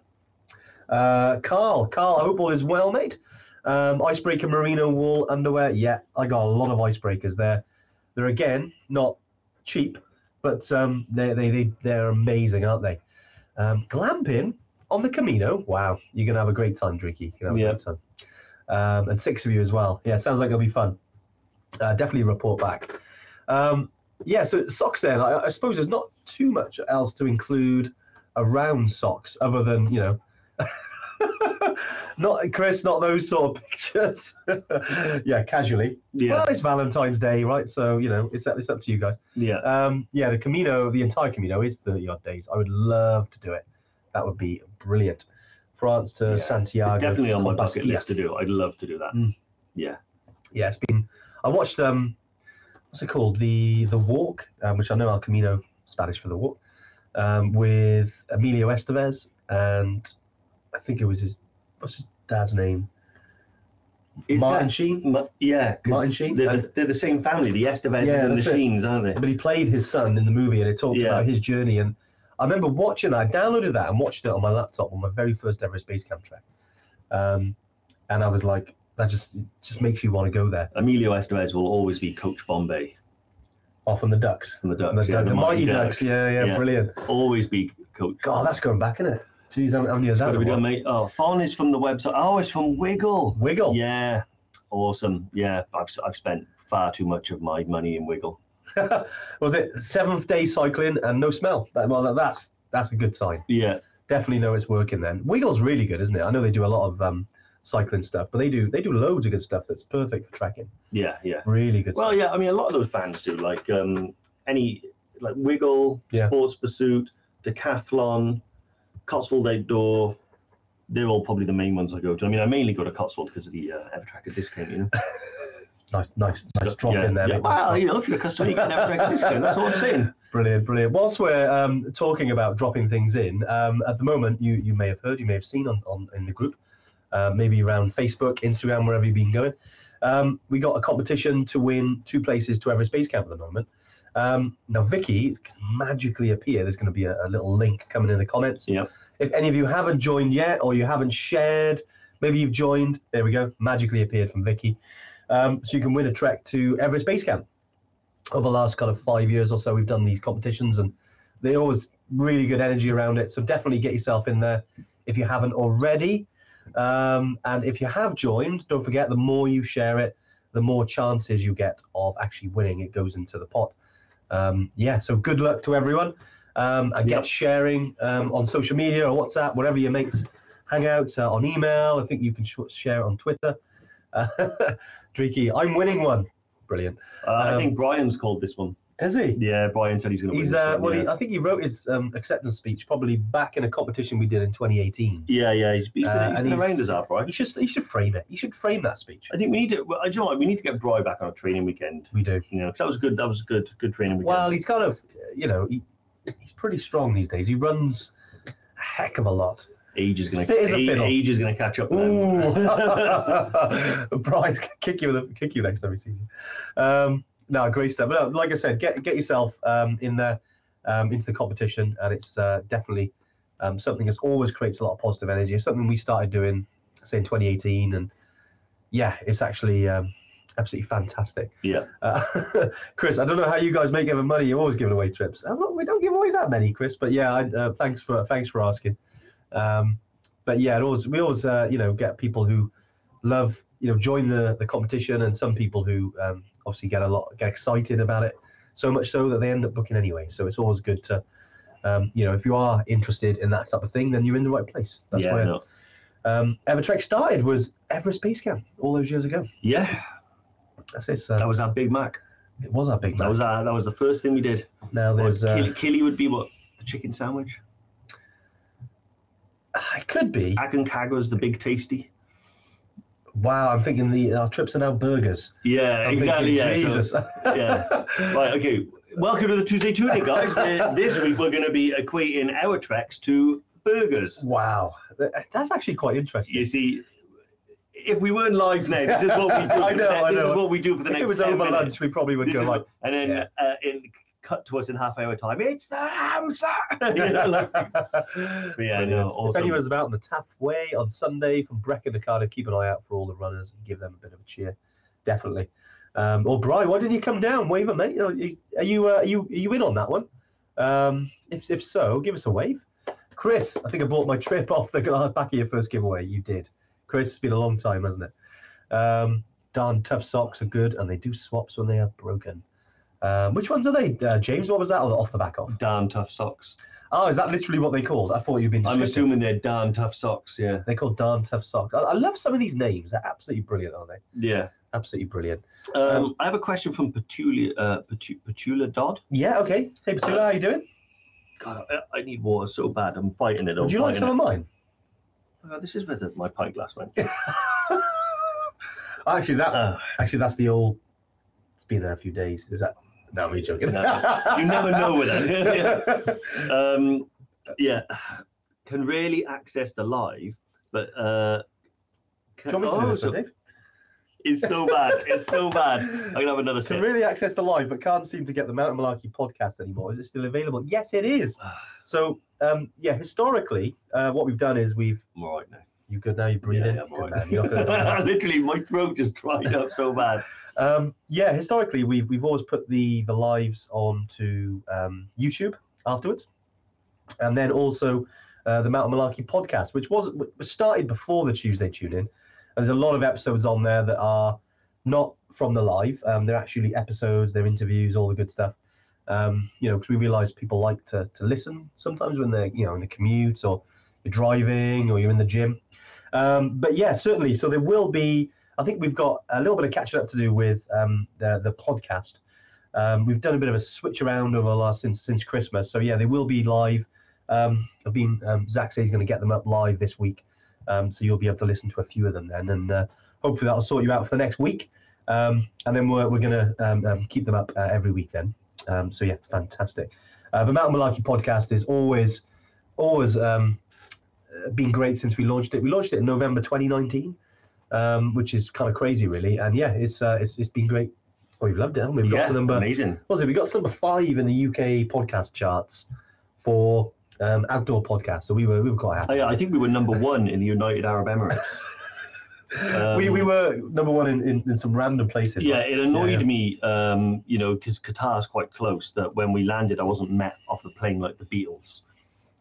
C: Uh, Carl, Carl, I hope all is well, mate. Um, icebreaker merino wool underwear. Yeah, I got a lot of icebreakers there. They're again not cheap, but um, they they they they're amazing, aren't they? Um, glamping on the Camino. Wow, you're gonna have a great time, Dricky. You're gonna have
D: Yeah.
C: a great time. Um, and six of you as well. Yeah, sounds like it'll be fun. Uh, definitely report back. Um, yeah, so socks then. I, I suppose there's not too much else to include around socks, other than you know. not Chris, not those sort of pictures. yeah, casually.
D: yeah,
C: Well, it's Valentine's Day, right? So you know, it's up- it's up to you guys.
D: yeah.
C: Um, yeah, the Camino, the entire Camino is 30 odd days. I would love to do it. That would be brilliant. France to
D: Yeah, it's
C: Santiago.
D: it's definitely on my bucket
C: Compostela.
D: list to do. I'd love to do that.
C: Mm.
D: Yeah.
C: Yeah, it's been. I watched um, what's it called? The The Walk, um, which I know El Camino Spanish for the walk, um, with Emilio Estevez and I think it was his what's his dad's name?
D: Is
C: Martin
D: that-
C: Sheen.
D: Ma- yeah, 'cause
C: Martin Sheen?
D: They're, the- they're the same family, the Estevezes
C: Yeah,
D: and the
C: that's it.
D: Sheens, aren't they?
C: But he played his son in the movie, and it talks
D: Yeah.
C: about his journey. And I remember watching. I downloaded that and watched it on my laptop on my very first ever Space Camp track. Um, and I was like, that just just makes you want to go there.
D: Emilio Estevez will always be Coach Bombay
C: Off on the ducks.
D: from the
C: The,
D: Ducks. yeah,
C: Duck- the mighty ducks. Yeah, yeah,
D: Yeah.
C: brilliant.
D: Always be Coach.
C: God, that's going back, isn't it? Jeez, I'm, I'm near that.
D: what are we
C: one.
D: doing, mate? Oh, Fawn is from the website. Oh, it's from Wiggle.
C: Wiggle.
D: Yeah, awesome. Yeah, I've, s- I've spent far too much of my money in Wiggle.
C: was it seventh day cycling and no smell? That, well, that, that's that's a good sign.
D: Yeah,
C: Definitely know it's working. Then Wiggle's really good, isn't it? I know they do a lot of um, cycling stuff, but they do they do loads of good stuff that's perfect for tracking.
D: yeah, yeah.
C: Really good.
D: Well,
C: stuff.
D: yeah, I mean, a lot of those bands do, like um, any, like Wiggle,
C: Yeah.
D: Sports Pursuit, Decathlon, Cotswold Outdoor. They're all probably the main ones I go to. I mean, I mainly go to Cotswold because of the uh, Evertracker discount, you know.
C: Nice, nice, nice drop
D: yeah,
C: in there.
D: yeah.
C: mate.
D: Well, you know, if you're a customer, you get an Evertracker discount. That's all I'm saying.
C: Brilliant, brilliant. Whilst we're um, talking about dropping things in, um, at the moment, you, you may have heard, you may have seen on, on in the group, uh, maybe around Facebook, Instagram, wherever you've been going. Um, we got a competition to win two places to Everest Base Camp at the moment. Um, now, Vicky is gonna magically appear. There's going to be a, a little link coming in the comments.
D: Yep.
C: If any of you haven't joined yet or you haven't shared, maybe you've joined. There we go. Magically appeared from Vicky. Um, so you can win a trek to Everest Base Camp. Over the last kind of five years or so, we've done these competitions and they always really good energy around it. So definitely get yourself in there if you haven't already. Um, and if you have joined, don't forget the more you share it, the more chances you get of actually winning. It goes into the pot. Um, yeah, so good luck to everyone. Um, and
D: Yep.
C: get sharing um, on social media or WhatsApp, whatever your mates hang out uh, on email. I think you can sh- share it on Twitter. Uh, Dreaky, I'm winning one. Brilliant.
D: Uh, I
C: Um,
D: think Brian's called this one.
C: Is he?
D: Yeah, Brian said he's going to win.
C: He's
D: this
C: uh,
D: one,
C: well,
D: yeah.
C: he, I think he wrote his um, acceptance speech probably back in a competition we did in 2018.
D: Yeah, yeah, he's, he's been,
C: Uh, and
D: he's been
C: he's-
D: around us up, right?
C: He should he should frame it. He should frame that speech.
D: I think we need to. Well, do you know what? We need to get Bry back on a training weekend.
C: We do.
D: You know, 'cause that was good. That was a good, good training weekend.
C: Well, he's kind of you know he, he's pretty strong these days. He runs a heck of a lot.
D: age is going to
C: fit as a fiddle.
D: age is going to catch up. with them.
C: Ooh, Brian's gonna kick you, in the- kick you next time he sees you. Um, no, great stuff. But no, like I said, get get yourself um, in there um, into the competition, and it's uh, definitely um, something that's always creates a lot of positive energy. It's something we started doing, say in 2018, and yeah, it's actually um, absolutely fantastic.
D: Yeah.
C: Uh, Chris, I don't know how you guys make ever money. You're always giving away trips. I'm not, we don't give away that many, Chris. But yeah, I, uh, thanks for thanks for asking. Um, but yeah, it always we always uh, you know get people who love you know join the, the competition, and some people who um, obviously get a lot get excited about it so much so that they end up booking anyway. So it's always good to um, you know if you are interested in that type of thing, then you're in the right place. That's
D: yeah,
C: why
D: no.
C: um, Evertrek started was Everest Base Camp all those years ago.
D: yeah.
C: That's it. So
D: That was our Big Mac.
C: it was our big
D: That
C: man.
D: was our, that was the first thing we did.
C: Now there's
D: Or
C: uh,
D: Killy, Killy would be what the chicken sandwich.
C: Ah, it could be.
D: Aconcagua the big tasty.
C: Wow, I'm thinking the our trips are now burgers.
D: Yeah,
C: I'm
D: exactly.
C: thinking,
D: yeah. so-
C: Jesus.
D: yeah. right. Okay. Welcome to the Tuesday Tuning, guys. where this week we're going to be equating our tracks to burgers.
C: Wow, Th- that's actually quite interesting.
D: You see, if we weren't live now, this is what we do.
C: I
D: for the
C: know,
D: ne-
C: I
D: This
C: know.
D: is what we do for the
C: if
D: next.
C: it was
D: 10
C: over
D: minutes.
C: lunch, we probably would
D: This
C: go
D: is-
C: like,
D: and then
C: Yeah.
D: uh, in cut to us in half hour time. It's the hamster. You know, like-
C: But
D: yeah, no, awesome.
C: If anyone's about in the Tap Way on Sunday from Brecon to Cardiff, keep an eye out for all the runners and give them a bit of a cheer. Definitely. Um, or Brian, why didn't you come down? Wave a mate. You know, you- Are you uh, are you are you in on that one? Um, if if so, give us a wave. Chris, I think I bought my trip off the back of your first giveaway. You did. Chris, it's been a long time, hasn't it? Um, darn tough socks are good, and they do swaps when they are broken. Um, which ones are they, uh, James? What was that off the back of?
D: Darn tough socks.
C: Oh, is that literally what they called? I thought you'd been.
D: I'm
C: descriptive.
D: assuming they're darn tough socks. Yeah.
C: They're called Darn Tough Socks. I, I love some of these names. They're absolutely brilliant, aren't they?
D: Yeah.
C: Absolutely brilliant.
D: Um,
C: Um,
D: I have a question from Petula, uh, Petu- Petula Dodd.
C: Yeah, okay. Hey, Petula, how you doing?
D: God, I, I need water so bad. I'm fighting it. I'm
C: Would you like
D: fighting
C: some of mine?
D: it. Oh, this is where the, my pint glass went.
C: Actually, that
D: Oh,
C: actually that's the old. It's been there a few days. Is that? No, me joking.
D: No, you never know with that. um, yeah. Can rarely access the live, but uh,
C: Do
D: can,
C: you want me to do
D: oh,
C: this
D: so-
C: one, Dave?
D: it's so bad. It's so bad. I'm gonna have another
C: Can
D: sip.
C: really access the live, but can't seem to get the Mountain Malarkey podcast anymore. Is it still available? Yes, it is.
D: Ah.
C: So, um, yeah, historically, uh, what we've done is we've.
D: I'm all right now.
C: You good now? You breathing?
D: Yeah, I'm all
C: Good
D: right.
C: man, you're good.
D: Literally, my throat just dried up so bad.
C: Um, yeah, historically, we've we've always put the the lives onto um, YouTube afterwards, and then also uh, the Mountain Malarkey podcast, which was was started before the Tuesday tune in. There's a lot of episodes on there that are not from the live. Um, they're actually episodes, they're interviews, all the good stuff. Um, you know, because we realise people like to to listen sometimes when they're you know in the commute or you're driving or you're in the gym. Um, but yeah, certainly. So there will be I think we've got a little bit of catching up to do with um, the the podcast. Um, we've done a bit of a switch around over the last since since Christmas, so yeah, they will be live Um, I've been um, Zach says he's going to get them up live this week, um, so you'll be able to listen to a few of them then, and uh, hopefully that'll sort you out for the next week. Um, and then we're, we're going to um, um, keep them up uh, every week then. Um, so yeah, fantastic. Uh, the Mountain Malarkey podcast is always always um, uh, been great since we launched it. We launched it in November 2019, um, which is kind of crazy, really. And yeah, it's uh, it's, it's been great. Oh, we've loved it, haven't we? We've got
D: yeah,
C: to number
D: amazing.
C: was it? We got to number five in the UK podcast charts for um, outdoor podcasts. So we were we were quite happy.
D: Oh, I, I think we were number one in the United Arab Emirates. Um,
C: we, we were number one in, in, in some random places.
D: Yeah,
C: like-
D: it annoyed
C: Yeah.
D: me, um, you know, because Qatar's quite close. That when we landed, I wasn't met off the plane like the Beatles.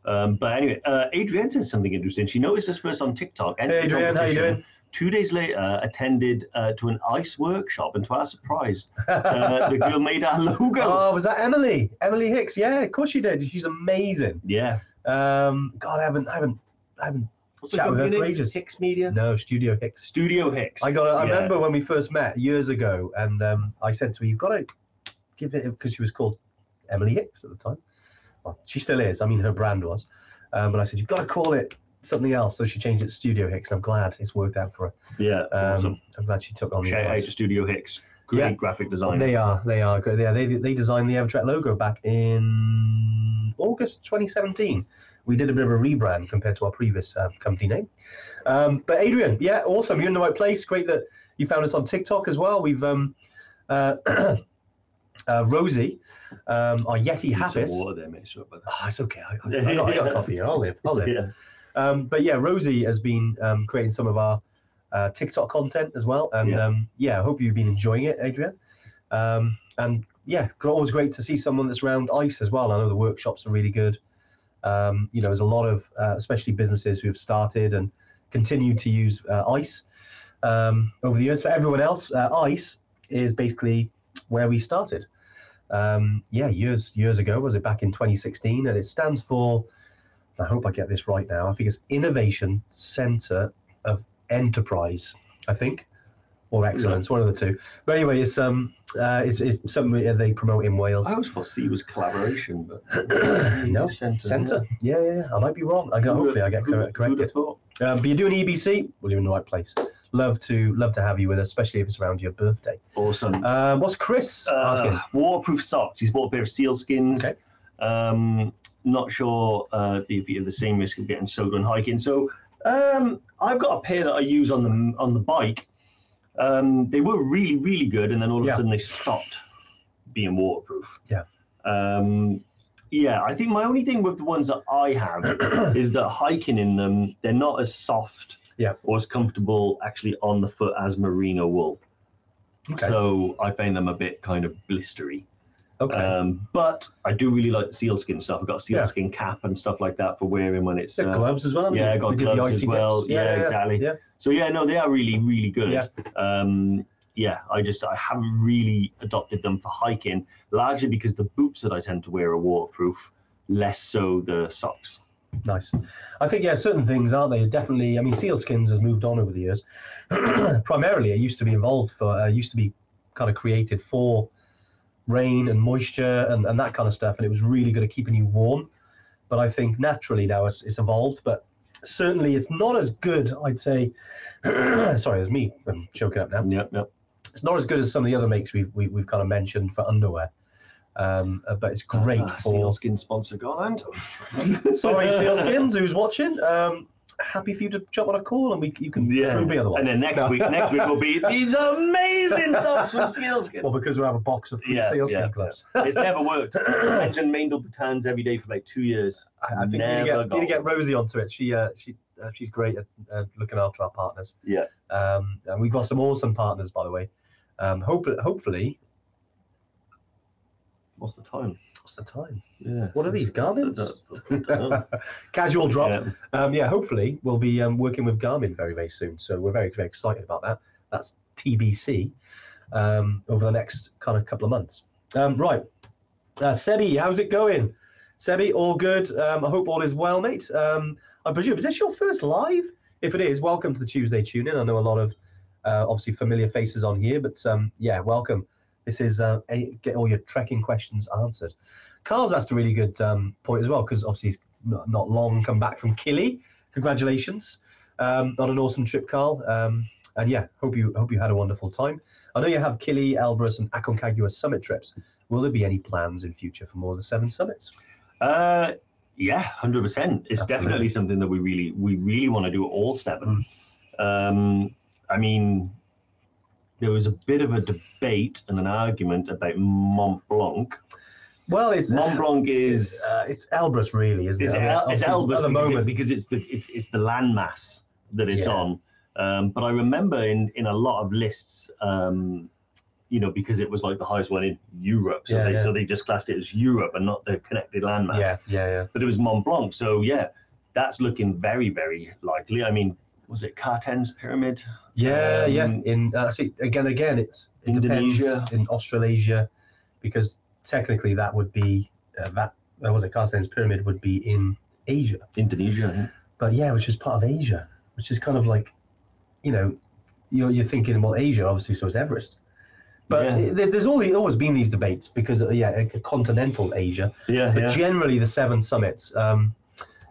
D: Um, but anyway, uh, Adrienne said something interesting. She noticed us first on TikTok. entered
C: Hey,
D: the
C: Adrienne, how you
D: competition.
C: doing?
D: Two days later, attended uh, to an ice workshop, and to our surprise, uh, the girl made our logo.
C: Oh, was that Emily? Emily Hicks? Yeah, of course she did. She's amazing.
D: yeah.
C: Um, God, I haven't, I haven't, I haven't.
D: What's the
C: Chat with her
D: company
C: for
D: name?
C: ages.
D: Hicks Media.
C: No, Studio Hicks.
D: Studio Hicks.
C: I got. I
D: Yeah.
C: remember when we first met years ago, and um, I said to her, "You've got to give it," because she was called Emily Hicks at the time. Well, she still is. I mean, her brand was. Um, but I said, "You've got to call it something else." So she changed it to Studio Hicks, and I'm glad it's worked out for
D: yeah.
C: her. Um,
D: awesome.
C: I'm glad she took on the
D: Shout out
C: advice.
D: to Studio Hicks. Great
C: Yeah.
D: graphic design.
C: They are. They are. good. Yeah, they they designed the Evertret logo back in August 2017. We did a bit of a rebrand compared to our previous uh, company name. Um, but Adrian, yeah, awesome. You're in the right place. Great that you found us on TikTok as well. We've um, uh, uh, Rosie, um, our Yeti
D: Need some
C: Happis.
D: water there, mate. Sorry about that.
C: Ah, it's okay. I, I, I, got, I got a coffee here. I'll live. I'll live.
D: Yeah.
C: Um, but yeah, Rosie has been um, creating some of our uh, TikTok content as well, and
D: Yeah.
C: um, yeah, I hope you've been enjoying it, Adrian. Um, and yeah, gr- always great to see someone that's around ice as well. I know the workshops are really good. Um, you know, there's a lot of uh, especially businesses who have started and continue to use uh, ice um, over the years. For everyone else, uh, ice is basically where we started. Um, yeah, years years ago was it back in 2016, and it stands for. I hope I get this right now. I think it's Innovation Center of Enterprise. I think, or Excellence, one of the two. But anyway, it's um, uh, it's, it's something that they promote in Wales.
D: I always thought C was collaboration, but
C: No,
D: center.
C: Center, yeah, yeah, yeah. I might be wrong. I got, hopefully, I get correct, corrected. Um, but you're doing EBC. Well, you're in the right place. Love to love to have you with us, especially if it's around your birthday.
D: Awesome.
C: Uh, what's Chris asking?
D: Uh, waterproof socks. He's bought a pair of seal skins.
C: Okay.
D: Um, not sure uh, if you're the same risk of getting soaked on hiking. So um, I've got a pair that I use on the on the bike. Um, they were really really good, and then all of
C: Yeah.
D: a sudden they stopped being waterproof.
C: Yeah.
D: Um, yeah, I think my only thing with the ones that I have is that hiking in them, they're not as soft
C: Yeah.
D: or as comfortable actually on the foot as merino wool.
C: Okay.
D: So I find them a bit kind of blistery.
C: okay.
D: Um, but I do really like the sealskin stuff. I've got a
C: Yeah.
D: sealskin cap and stuff like that for wearing when it's.
C: Got
D: uh,
C: gloves as well. haven't
D: yeah,
C: you?
D: got
C: We did the
D: gloves as
C: icy
D: well.
C: dips.
D: Yeah, exactly.
C: Yeah.
D: so yeah, no, they are really, really good.
C: Yeah.
D: Um, yeah, I just I haven't really adopted them for hiking, largely because the boots that I tend to wear are waterproof, less so the socks.
C: Nice. I think, yeah, certain things, aren't they? Definitely. I mean, sealskins has moved on over the years. Primarily, it used to be involved for, uh, used to be kind of created for rain and moisture and, and that kind of stuff. And it was really good at keeping you warm. But I think naturally now it's, it's evolved. But certainly, it's not as good, I'd say. sorry, it's me. I'm choking up now.
D: Yep, yep.
C: It's not as good as some of the other makes we've, we, we've kind of mentioned for underwear. Um, uh, but it's great
D: That's our
C: for
D: sealskin Ah, sponsor gone.
C: Sorry, Sealskins, who's watching. Um, happy for you to jump on a call and we you can
D: Yeah.
C: prove me
D: And
C: otherwise.
D: then next
C: No.
D: week, next week will be these amazing socks from Sealskin.
C: Well, because we have a box of free
D: Yeah,
C: Sealskin
D: yeah,
C: gloves.
D: It's never worked. I mentioned Maindle Batans every day for about two years.
C: I think we need to
D: Never
C: get,
D: got
C: need to get
D: one.
C: Rosie onto it. She uh, she uh, she's great at uh, looking after our partners.
D: Yeah.
C: Um, and we've got some awesome partners, by the way. Um, hope, hopefully,
D: What's the time?
C: what's the time?
D: Yeah.
C: What are these Garmin's?
D: know.
C: Casual drop.
D: Yeah.
C: Um, yeah, hopefully we'll be um, working with Garmin very, very soon. So we're very, very excited about that. That's TBC um, over the next kind of couple of months. Um, right. Uh, Sebi, how's it going? Sebi, all good. Um, I hope all is well, mate. Um, I presume, is this your first live? If it is, welcome to the Tuesday tune in. I know a lot of uh, obviously familiar faces on here, but um, yeah, welcome. This is uh, a, get all your trekking questions answered. Carl's asked a really good um, point as well because obviously he's not, not long come back from Killy. Congratulations um, on an awesome trip, Carl. Um, and yeah, hope you hope you had a wonderful time. I know you have Killy, Elbrus, and Aconcagua summit trips. Will there be any plans in future for more than seven summits?
D: Uh, yeah, hundred percent. It's
C: Absolutely.
D: definitely something that we really, we really want to do all seven.
C: Hmm.
D: Um, I mean, there was a bit of a debate and an argument about Mont Blanc.
C: Well, it's
D: Mont Blanc is
C: uh, it's Elbrus really, isn't
D: it's,
C: it? I mean,
D: El- it's
C: obviously, at the
D: Elbrus because it-
C: moment.
D: because it's the it's, it's the landmass that it's
C: Yeah.
D: on. Um, but I remember in in a lot of lists, um, you know, because it was like the highest one in Europe, so
C: Yeah,
D: they
C: yeah.
D: so they just classed it as Europe and not the connected landmass
C: yeah, yeah, yeah.
D: but it was Mont Blanc. So yeah, that's looking very, very likely. I mean, was it Carten's pyramid?
C: Yeah, yeah.
D: Um,
C: In uh, see again, again, it's it
D: Indonesia.
C: depends in Australasia, because technically that would be uh, that that was a Carstens pyramid would be in Asia,
D: Indonesia. I think.
C: but yeah, which is part of Asia, which is kind of like, you know, you're you're thinking well, Asia obviously, so is Everest. But
D: Yeah.
C: it- there- there's always always been these debates because uh, yeah, uh, continental Asia,
D: Yeah,
C: but
D: yeah.
C: generally the seven summits, um,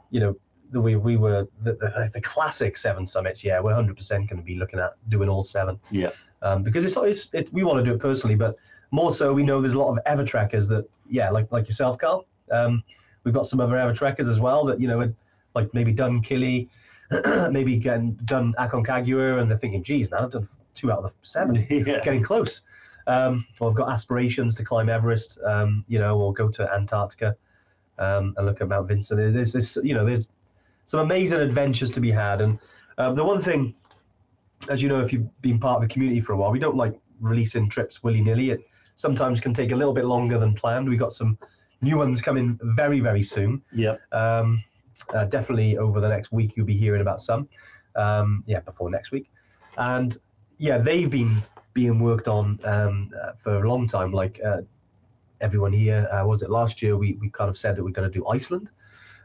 C: you know, the way we were the, the, the classic seven summits. Yeah, we're hundred percent going to be looking at doing all seven.
D: Yeah.
C: um, because it's, it's it's we want to do it personally, but more so we know there's a lot of ever trackers that yeah, like like yourself, Carl. Um, we've got some other ever trackers as well that you know, had, like maybe done Killy, maybe getting done Aconcagua, and they're thinking, geez, man, I've done two out of the seven
D: yeah.
C: getting close. Um, well, I've got aspirations to climb Everest, um, you know, or go to Antarctica um, and look at Mount Vincent. There's this, you know, there's some amazing adventures to be had. And um, the one thing, as you know, if you've been part of the community for a while, we don't like releasing trips willy nilly. It sometimes can take a little bit longer than planned. We've got some new ones coming very, very soon.
D: Yeah.
C: Um, uh, definitely over the next week, you'll be hearing about some. Um, yeah, before next week, and yeah, they've been being worked on um, uh, for a long time. Like uh, everyone here, uh, was it last year? We we kind of said that we're going to do Iceland.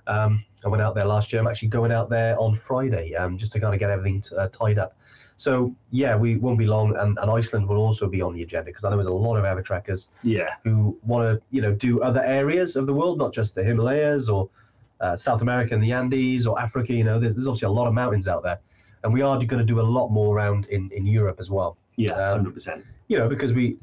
C: Um, I went out there last year. I'm actually going out there on Friday um, just to kind of get everything t- uh, tied up. So yeah, we won't be long, and, and Iceland will also be on the agenda because I know there's a lot of ever trackers
D: Yeah.
C: who want to you know do other areas of the world, not just the Himalayas or uh, South America and the Andes or Africa. You know, there's, there's obviously a lot of mountains out there, and we are going to do a lot more around in in Europe as well.
D: Yeah.
C: Um,
D: Hundred percent.
C: You know, because we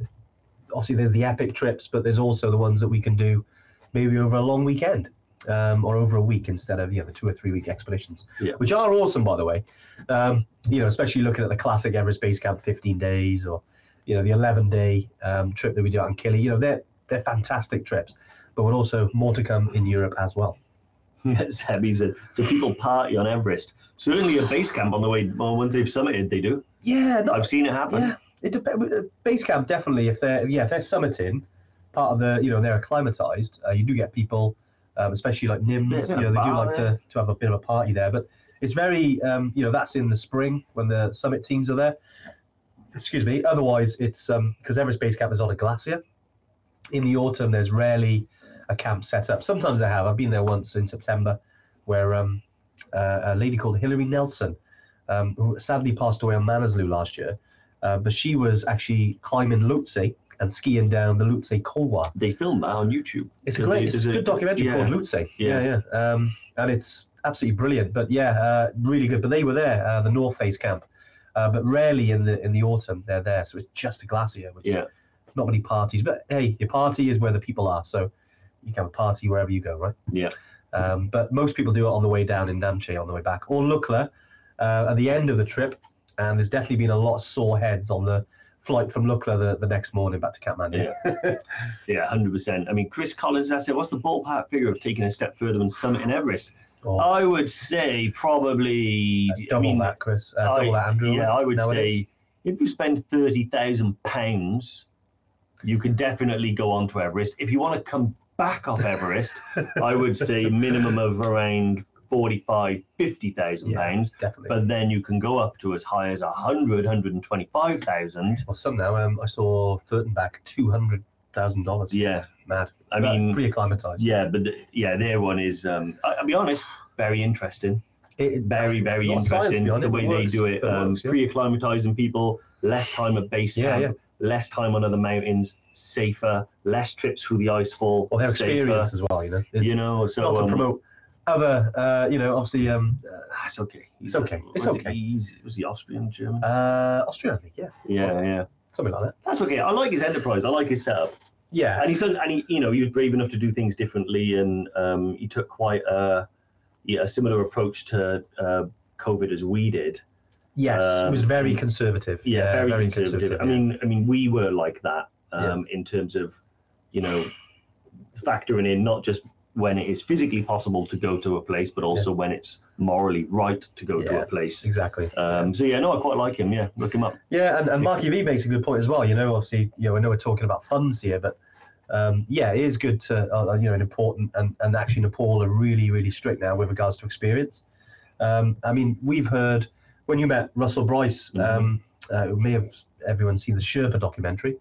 C: obviously there's the epic trips, but there's also the ones that we can do maybe over a long weekend. Um, or over a week instead of you know the two or three week expeditions,
D: Yeah.
C: which are awesome by the way. Um, you know, especially looking at the classic Everest Base Camp 15 days or you know the 11 day um, trip that we do out in Killy. You know they're they're fantastic trips, but we'll also more to come in Europe as well.
D: Sebby said, "Do people party on Everest? Certainly a base camp on the way. Well, once they've summited, they do.
C: Yeah, no,
D: I've seen it happen.
C: yeah. It depends. Base camp definitely. If they're yeah, if they're summiting, part of the you know they're acclimatized. Uh, you do get people, um, especially like Nims.
D: Yeah,
C: You know they do
D: bar
C: like to, to have a bit of a party there, but it's very um, you know that's in the spring when the summit teams are there. Excuse me. Otherwise, it's um, because Everest Base Camp is on a glacier. In the autumn, there's rarely a camp set up. Sometimes they have. I've been there once in September, where um, uh, a lady called Hilary Nelson, um, who sadly passed away on Manaslu last year, uh, but she was actually climbing Lutze and skiing down the Lutze Kolwa.
D: They film that on YouTube.
C: It's a
D: There's
C: great, it's a
D: there's
C: good documentary
D: yeah.
C: called Lutze.
D: Yeah.
C: yeah, yeah. Um, and it's absolutely brilliant. But yeah, uh, really good. But they were there, uh, the North Face camp. Uh, but rarely in the in the autumn they're there, so it's just a glacier. Which
D: Yeah.
C: Not many parties, but hey, your party is where the people are. So you can have a party wherever you go, right?
D: Yeah.
C: Um, but most people do it on the way down in Namche on the way back, or Lukla uh, at the end of the trip. And there's definitely been a lot of sore heads on the flight from Lukla the, the next morning back to Kathmandu.
D: Yeah, hundred percent. I mean, Chris Collins. I said, what's the ballpark figure of taking a step further than summiting Everest?
C: Or
D: I would say probably. Oh, I
C: Oh. double
D: mean,
C: Uh, that, Chris. Uh, double
D: I-
C: that, Andrew.
D: Yeah, I would
C: nowadays.
D: say if you spend thirty thousand pounds, you can definitely go on to Everest. If you want to come back off Everest, I would say minimum of around 45 50,000
C: Yeah.
D: pounds,
C: definitely.
D: but then you can go up to as high as 100 125,000.
C: Well, some now. Um, I saw Furtenbach, two hundred thousand dollars.
D: Yeah,
C: Mad.
D: I
C: But
D: mean,
C: pre-acclimatized.
D: yeah, but the, yeah, their one is, um, I, I'll be honest, very interesting.
C: It-
D: Very, very
C: A lot of science
D: interesting
C: behind it,
D: the
C: but
D: way
C: it
D: they
C: works.
D: do it,
C: It
D: um,
C: works, yeah.
D: pre acclimatizing people, less time at base
C: Yeah,
D: camp, less time on other mountains, safer, less trips through the ice fall.
C: Or Oh, their
D: safer,
C: experience as well. You know. It's
D: You know, so
C: not to
D: um,
C: promote other, uh, you know, obviously um, uh,
D: Ah, It's okay.
C: It's
D: He's
C: okay. It's
D: was it-
C: okay.
D: He's, was he Austrian, German?
C: uh, Austria, I think, yeah,
D: yeah, yeah.
C: something like that.
D: That's okay. I like his enterprise. I like his setup.
C: Yeah,
D: and he's done, and he, you know, he was brave enough to do things differently, and um, he took quite a, yeah, a similar approach to uh, COVID as we did.
C: yes, it was
D: um,
C: very conservative.
D: Yeah, very, conservative. I mean, I mean, we were like that um, in terms of, you know, factoring in not just when it is physically possible to go to a place, but also when it's morally right to go to
C: Yeah.
D: a place.
C: exactly.
D: Um, so yeah, no, I quite like him. Yeah, look him up.
C: Yeah, and, and Marky V makes a good point as well. You know, obviously, you know, I know we're talking about funds here, but um, yeah, it is good to, uh, you know, an important, and, and actually Nepal are really, really strict now with regards to experience. Um, I mean, we've heard when you met Russell Bryce, um, uh, who may have everyone seen the Sherpa documentary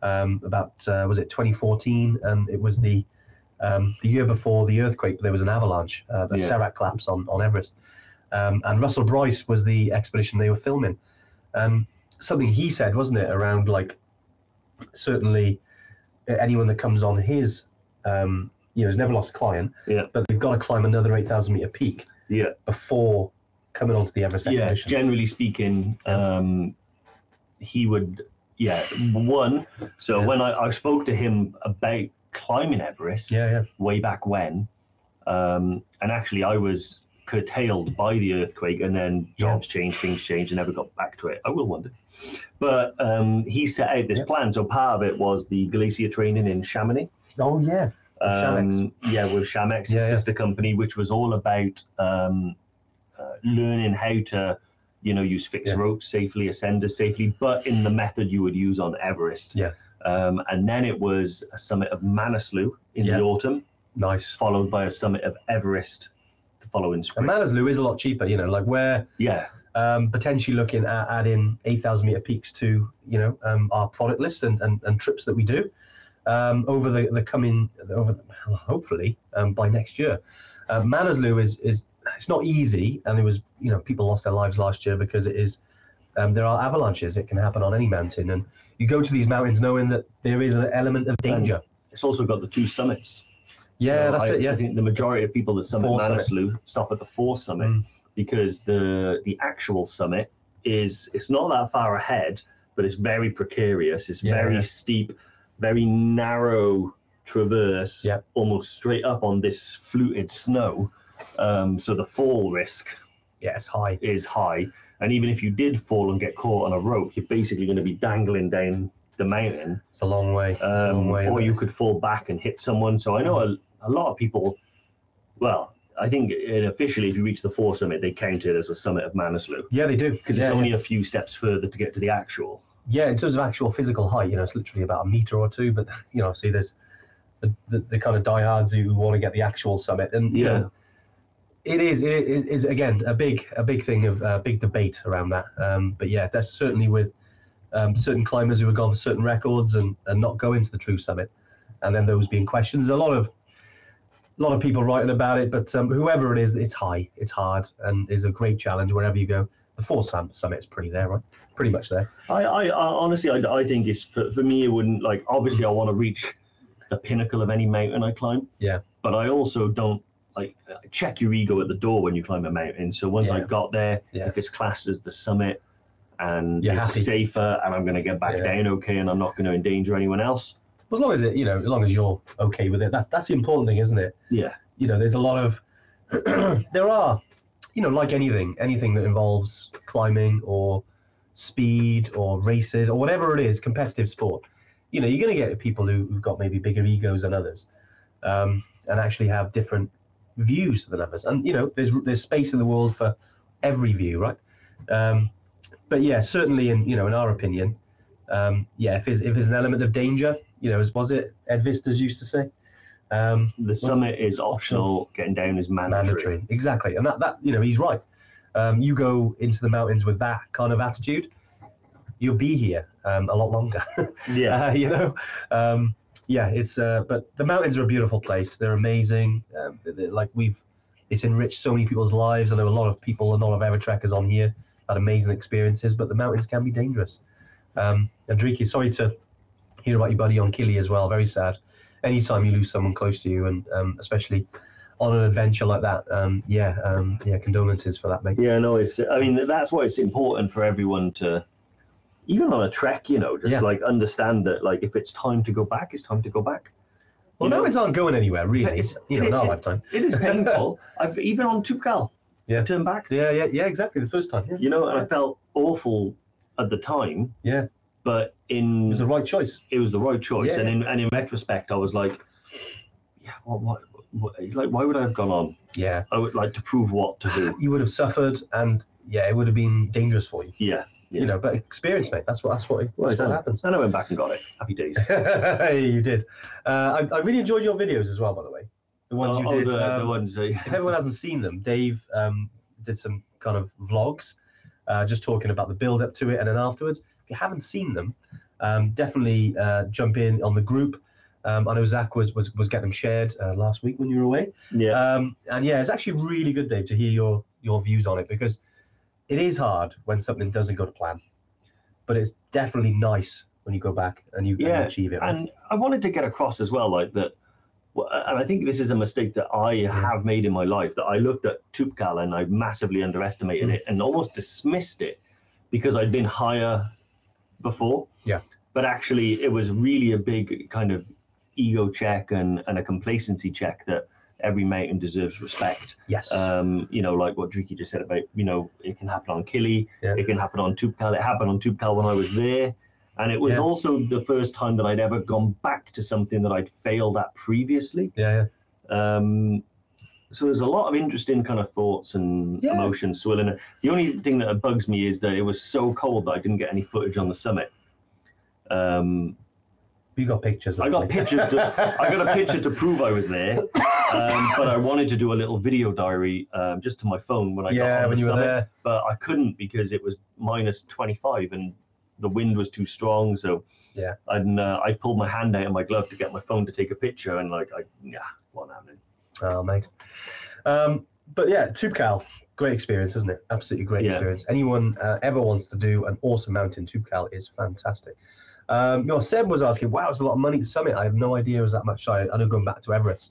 C: um, about, uh, was it 2014? And it was the um, the year before the earthquake, there was an avalanche, uh, the
D: Yeah.
C: Serac collapse on, on Everest. Um, and Russell Bryce was the expedition they were filming. And something he said, wasn't it, around like certainly anyone that comes on his, um, you know, has never lost a client,
D: Yeah.
C: but they've got to climb another 8,000 meter peak
D: Yeah.
C: before coming onto the Everest
D: yeah,
C: expedition.
D: generally speaking, um, he would. Yeah, one. So
C: Yeah.
D: when I, I spoke to him about climbing Everest
C: yeah, yeah.
D: way back when, um, and actually I was curtailed by the earthquake, and then
C: Yeah.
D: jobs changed, things changed, and never got back to it. I will one day. But um, he set out this
C: Yeah.
D: plan. So part of it was the glacier training in Chamonix.
C: Oh, yeah. Shamex.
D: Um, yeah, with Shamex,
C: Yeah,
D: his
C: yeah.
D: sister company, which was all about um, uh, learning how to, you know, use fixed
C: Yeah.
D: ropes safely, ascenders safely, but in the method you would use on Everest.
C: Yeah.
D: Um, and then it was a summit of Manaslu in
C: Yeah.
D: the autumn,
C: Nice.
D: followed by a summit of Everest the following
C: And
D: spring.
C: Manaslu is a lot cheaper, you know, like where
D: yeah,
C: um, potentially looking at adding 8,000 meter peaks to you know um, our product list and, and, and trips that we do um, over the, the coming over the, well, hopefully um, by next year. Uh, Manaslu is is it's not easy, and it was you know people lost their lives last year because it is um, there are avalanches. It can happen on any mountain, and you go to these mountains knowing that there is an element of danger.
D: it's also got the two summits.
C: Yeah,
D: So
C: that's
D: I,
C: it.
D: I
C: Yeah,
D: think the majority of people that summit
C: Four summit.
D: Manaslu stop at the four summit
C: Mm.
D: because the the actual summit is it's not that far ahead, but it's very precarious. It's
C: Yeah,
D: very
C: yeah.
D: steep, very narrow traverse,
C: Yep.
D: almost straight up on this fluted snow. Um, so the fall risk
C: yeah, it's high.
D: is high, and even if you did fall and get caught on a rope, you're basically going to be dangling down the mountain
C: It's a long way. It's a long
D: um,
C: way.
D: or you could fall back and hit someone. So I know a, a lot of people. Well, I think it officially, if you reach the four summit, they count it as a summit of Manaslu
C: yeah, they do
D: because
C: yeah,
D: it's
C: yeah.
D: only a few steps further to get to the actual.
C: Yeah, in terms of actual physical height, you know, it's literally about a meter or two. But you know, obviously, there's the, the, the kind of diehards who want to get the actual summit, and you
D: Yeah.
C: know, it is it is, is again a big a big thing of uh, big debate around that. Um, but yeah, that's certainly with um, certain climbers who have gone for certain records and and not going to the true summit, and then those being questioned. There's a lot of a lot of people writing about it, but um, whoever it is, it's high, it's hard, and is a great challenge wherever you go. The four sum- summit's pretty there, right? Pretty much there.
D: I, I, I honestly, I, I think it's for, for me. It wouldn't like obviously I want to reach the pinnacle of any mountain I climb.
C: Yeah.
D: But I also don't like check your ego at the door when you climb a mountain. So once I
C: Yeah.
D: got there,
C: Yeah.
D: if it's classed as the summit and
C: You're
D: it's
C: happy.
D: safer, and I'm going to get back
C: Yeah.
D: down okay, and I'm not going to endanger anyone else.
C: as long as it, you know, as long as you're okay with it, that's that's the important thing, isn't it?
D: Yeah.
C: You know, there's a lot of there are, you know, like anything, anything that involves climbing or speed or races or whatever it is, competitive sport. You know, you're going to get people who, who've got maybe bigger egos than others, um, and actually have different views than others. And you know, there's there's space in the world for every view, right? Um, but yeah, certainly in you know, in our opinion, um, yeah, if there's, if there's an element of danger, you know, as was it Ed Vistas used to say, um,
D: The summit is optional. Getting down is mandatory.
C: mandatory. Exactly, and that, that you know, he's right. Um, you go into the mountains with that kind of attitude, you'll be here um, a lot longer.
D: Yeah.
C: Uh, you know, um, yeah, it's uh, but the mountains are a beautiful place. They're amazing. Um, they're- like we've, it's enriched so many people's lives. I know a lot of people, a lot of Evertrekkers on here had amazing experiences, but the mountains can be dangerous. Um, Andriki, sorry to hear about your buddy on Killy as well. Very sad. Anytime you lose someone close to you, and um, especially on an adventure like that. Um, yeah, um, yeah, condolences for that, mate.
D: Yeah, no, it's. I mean, that's why it's important for everyone to, even on a trek, you know, just
C: Yeah.
D: like understand that, like, if it's time to go back, it's time to go back.
C: Well,
D: You
C: no,
D: know-
C: it's not going anywhere, really.
D: It's-
C: you know, in our
D: it-
C: lifetime.
D: It is painful. I've even on Tukal,
C: Yeah.
D: I turned back.
C: Yeah, yeah, yeah, exactly. The first time. Yeah,
D: You know, and I felt awful at the time.
C: Yeah.
D: But
C: it
D: in
C: was the right choice.
D: it was the right choice,
C: Yeah,
D: and in and in retrospect, I was like, yeah, well, what, what, like, why would I have gone on?
C: Yeah,
D: I would like to prove what to do.
C: you would have suffered, and yeah, it would have been dangerous for you.
D: Yeah.
C: You
D: Yeah.
C: know, but experience, mate. That's what. That's what.
D: Well,
C: that's what
D: done.
C: happens.
D: And I went back and got it. Happy days.
C: hey, you did. Uh, I, I really enjoyed your videos as well, by the way. The ones
D: Oh,
C: you did.
D: the, the
C: um,
D: ones. that-
C: if everyone hasn't seen them, Dave um, did some kind of vlogs, uh, just talking about the build up to it and then afterwards. If you haven't seen them, um, definitely uh, jump in on the group. Um, I know Zach was was, was getting them shared uh, last week when you were away.
D: Yeah.
C: Um, and yeah, it's actually really good, Dave, to hear your your views on it because it is hard when something doesn't go to plan, but it's definitely nice when you go back and you, and you
D: Yeah,
C: achieve it. right?
D: and I wanted to get across as well, like that. well, And I think this is a mistake that I have made in my life that I looked at Tupcal and I massively underestimated
C: Mm.
D: it and almost dismissed it because I'd been higher before.
C: Yeah.
D: But actually, it was really a big kind of ego check and, and a complacency check that every mountain deserves respect.
C: yes.
D: Um, you know, like what Driki just said about, you know, it can happen on Killy,
C: Yeah.
D: it can happen on Tubcal. It happened on Tubcal when I was there. And it was
C: Yeah.
D: also the first time that I'd ever gone back to something that I'd failed at previously.
C: yeah, yeah.
D: Um, so there's a lot of interesting kind of thoughts and
C: Yeah.
D: emotions swirling. The only thing that bugs me is that it was so cold that I didn't get any footage on the summit. Um,
C: You got pictures.
D: I got
C: haven't you?
D: pictures. To, I got a picture to prove I was there, um, but I wanted to do a little video diary um, just to my phone when I got
C: yeah,
D: on
C: when
D: the
C: you were
D: summit,
C: there.
D: but I couldn't because it was minus 25 and the wind was too strong. So
C: Yeah.
D: and uh, I pulled my hand out of my glove to get my phone to take a picture, and like, I yeah, what happening?
C: Oh, mate. Um, but yeah, Tubcal, great experience, isn't it? Absolutely great
D: Yeah.
C: experience. Anyone uh, ever wants to do an awesome mountain, Tubcal is fantastic. Um, you know, Seb was asking, wow, it's a lot of money to summit. I have no idea it was that much. Sorry, I know going back to Everest.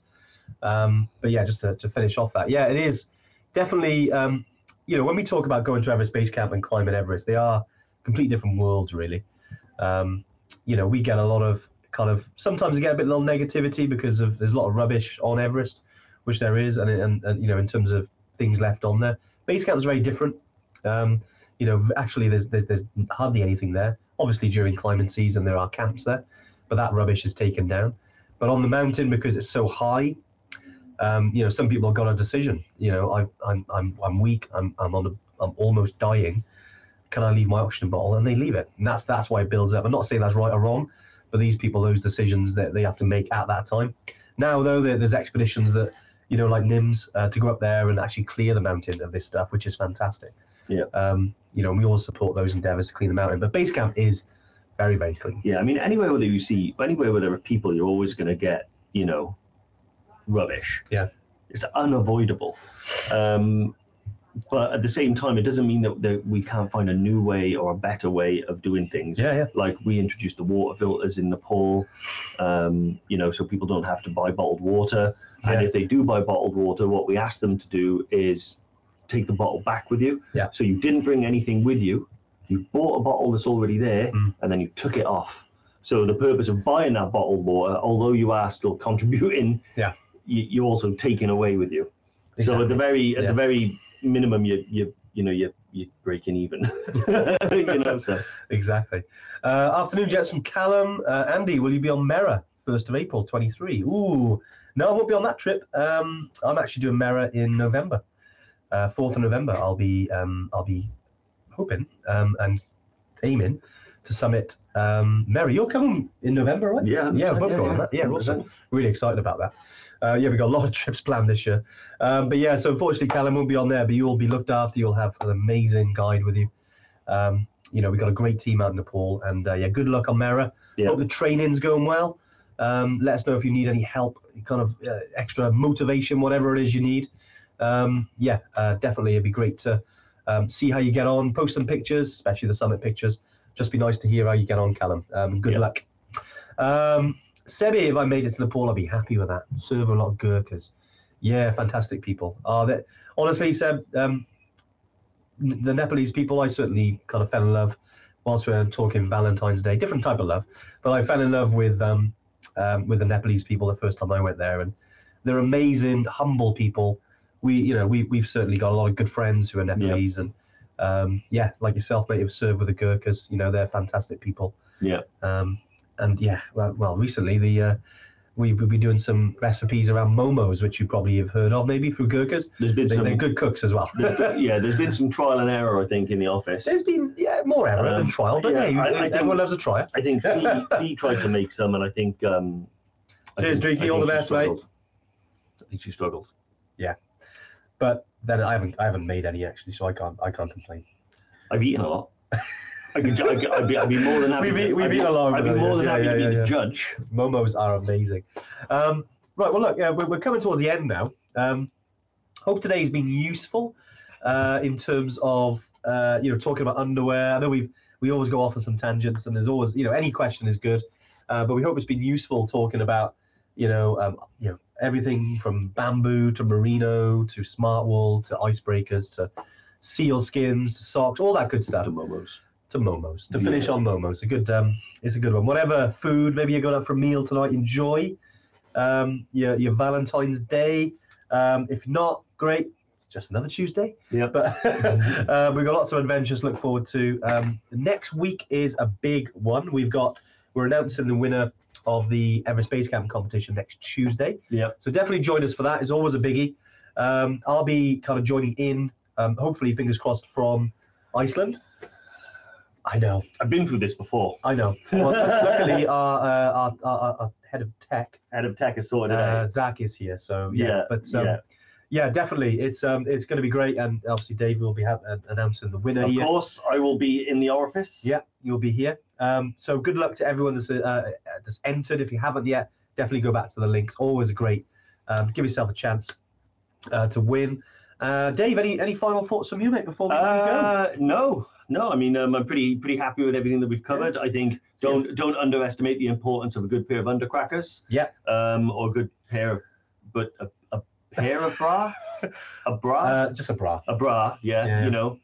C: Um, but yeah, just to, to finish off that, yeah, it is definitely, um, you know, when we talk about going to Everest Base Camp and climbing Everest, they are completely different worlds, really. Um, you know, we get a lot of kind of sometimes we get a bit of negativity because of there's a lot of rubbish on Everest, which there is, and, and, and you know, in terms of things left on there, base camp is very different. Um, you know, actually, there's, there's there's hardly anything there. Obviously, during climbing season, there are camps there, but that rubbish is taken down. But on the mountain, because it's so high, um, you know, some people have got a decision. You know, I, I'm I'm I'm weak. I'm I'm on the I'm almost dying. Can I leave my oxygen bottle? And they leave it, and that's that's why it builds up. I'm not saying that's right or wrong, but these people, those decisions that they have to make at that time. Now, though, there, there's expeditions that you know, like Nims, uh, to go up there and actually clear the mountain of this stuff, which is fantastic.
D: Yeah.
C: Um, you know, and we all support those endeavors to clean the mountain, but base camp is very, very clean.
D: Yeah, I mean, anywhere where you see, anywhere where there are people, you're always going to get, you know, rubbish.
C: Yeah.
D: It's unavoidable. Um, but at the same time, it doesn't mean that, that we can't find a new way or a better way of doing things.
C: Yeah, yeah.
D: Like we introduced the water filters in Nepal, um, you know, so people don't have to buy bottled water. And
C: Yeah.
D: if they do buy bottled water, what we ask them to do is take the bottle back with you.
C: Yeah.
D: So you didn't bring anything with you. You bought a bottle that's already there,
C: Mm.
D: and then you took it off. So the purpose of buying that bottled water, although you are still contributing,
C: Yeah.
D: you, you're also taking away with you. So at the
C: Exactly.
D: very at
C: Yeah.
D: the very minimum, you you you know you you're breaking even. you know, so.
C: Exactly. Uh, afternoon jets from Callum. Uh, Andy, will you be on Mera 1st of April 23? Ooh, no, I won't be on that trip. Um, I'm actually doing Mera in November, uh, 4th of November. I'll be, um, I'll be hoping um, and aiming to summit um, Mera. You're coming in November, right?
D: Yeah,
C: Yeah, we've both got that. Yeah, awesome. Really excited about that. Uh, yeah, we've got a lot of trips planned this year. Um, but yeah, so unfortunately, Callum won't be on there, but you'll be looked after. You'll have an amazing guide with you. Um, you know, we've got a great team out in Nepal. And uh, yeah, good luck on Mera.
D: Yeah.
C: Hope the training's going well. Um, let us know if you need any help, kind of uh, extra motivation, whatever it is you need. Um, yeah, uh, definitely. It'd be great to um, see how you get on. Post some pictures, especially the summit pictures. Just be nice to hear how you get on, Callum. Um, good
D: Yeah.
C: luck. Um, Sebi, if I made it to Nepal, I'd be happy with that. Serve a lot of Gurkhas. Yeah, fantastic people. Uh, that honestly, Seb, um, n- the Nepalese people, I certainly kind of fell in love whilst we were talking Valentine's Day, different type of love, but I fell in love with um, um, with the Nepalese people the first time I went there, and they're amazing, humble people. We, you know, we we've certainly got a lot of good friends who are Nepalese, and um, yeah, like yourself, mate, who've served with the Gurkhas. You know, they're fantastic people.
D: Yeah.
C: Um, and yeah, well, well recently the uh, we we'll be doing some recipes around momos, which you probably have heard of, maybe through Gurkhas.
D: There's been
C: They,
D: some.
C: they're good cooks as well.
D: there's- yeah, there's been some trial and error, I think, in the office.
C: There's been yeah more error
D: Um,
C: than trial, but
D: yeah,
C: yeah, you- um,
D: I- I think-
C: everyone loves a try.
D: I think Fee, Fee tried to make some, and I think. Um, I
C: Cheers,
D: think-
C: Drinky,
D: I
C: all
D: think
C: the
D: she
C: best, mate.
D: struggled. I think she struggled.
C: But then I haven't I haven't made any actually, so I can't I can't complain.
D: I've eaten a lot. I could, I could, I'd, be, I'd be more than happy.
C: We've
D: to-
C: eat- we've
D: I'd be-
C: eaten a lot of
D: I'd be more
C: those,
D: than
C: yeah,
D: happy to be
C: yeah, yeah,
D: the
C: yeah.
D: judge.
C: Momos are amazing. Um, right, well look, yeah, we're, we're coming towards the end now. Um, hope today has been useful uh, in terms of uh, you know talking about underwear. I know we've we always go off on some tangents, and there's always you know any question is good, uh, but we hope it's been useful talking about you know um, you know everything from bamboo to merino to smart wool to icebreakers to seal skins to socks, all that good stuff.
D: Adam Momos.
C: to momos to
D: Yeah.
C: finish on momos a good um it's a good one whatever food maybe you're going out for a meal tonight enjoy um your, your valentine's day um if not great it's just another tuesday
D: Yeah.
C: but uh, we've got lots of adventures to look forward to um next week is a big one we've got we're announcing the winner of the ever space camp competition next tuesday
D: Yeah.
C: so definitely join us for that it's always a biggie um i'll be kind of joining in um hopefully fingers crossed from iceland I know.
D: I've been through this before.
C: I know. Well, luckily, our, uh, our, our, our- our head of tech,
D: Head of Tech has sorted it out.
C: uh, Zach, is here. So yeah,
D: Yeah,
C: but um, yeah.
D: yeah.
C: definitely, it's um, it's going to be great, and obviously, Dave will be ha- uh, announcing the winner
D: Of
C: here.
D: course, I will be in the orifice.
C: Yeah, you'll be here. Um, so good luck to everyone that's uh, uh, that's entered. If you haven't yet, definitely go back to the links. Always great. Um, give yourself a chance uh, to win. Uh, Dave, any any final thoughts from Oh, you, mate, before we go?
D: Uh, no, no. I mean, um, I'm pretty pretty happy with everything that we've covered. I think don't don't underestimate the importance of a good pair of undercrackers.
C: Yeah.
D: Um, or a good pair of, but a, a pair of bra, a bra,
C: Uh, just a bra.
D: a bra. Yeah,
C: Yeah.
D: you know.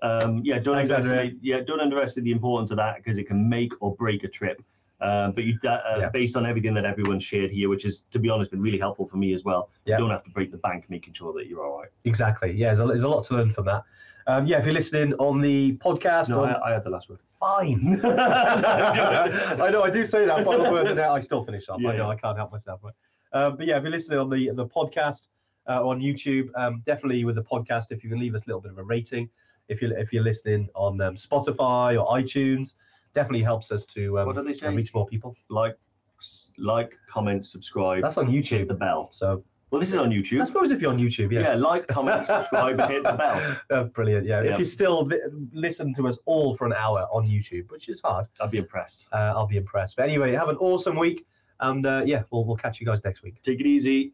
D: Um, yeah, don't
C: Alexander.
D: underestimate. Yeah, don't underestimate the importance of that because it can make or break a trip. Uh, but you, that, uh,
C: Yeah.
D: based on everything that everyone shared here, which is, to be honest, been really helpful for me as well.
C: Yeah.
D: You don't have to break the bank making sure that you're all right.
C: Exactly. Yeah, there's a, there's a lot to learn from that. Um, yeah, if you're listening on the podcast,
D: No,
C: on,
D: I, I had the last word.
C: fine. I know I do say that final word, and now I still finish up. I
D: Yeah.
C: know I can't help myself. But, um, but yeah, if you're listening on the the podcast uh, on YouTube, um, definitely with the podcast, if you can leave us a little bit of a rating. If you if you're listening on um, Spotify or iTunes, definitely helps us to um,
D: What do they say?
C: reach more people.
D: like, s- like, comment, subscribe,
C: That's on
D: hit the
C: YouTube.
D: bell.
C: So
D: Well, this is on
C: I
D: YouTube.
C: suppose if you're on YouTube, yeah.
D: Yeah, like, comment, subscribe, and hit the bell.
C: Uh, brilliant. Yeah.
D: Yeah.
C: If you still li- listen to us all for an hour on YouTube, which is hard,
D: I'd be impressed.
C: uh, I'll be impressed. But anyway, have an awesome week. And uh, yeah, we'll, we'll catch you guys next week.
D: Take it easy.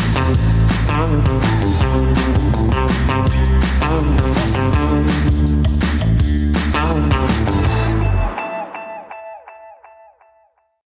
C: Bye.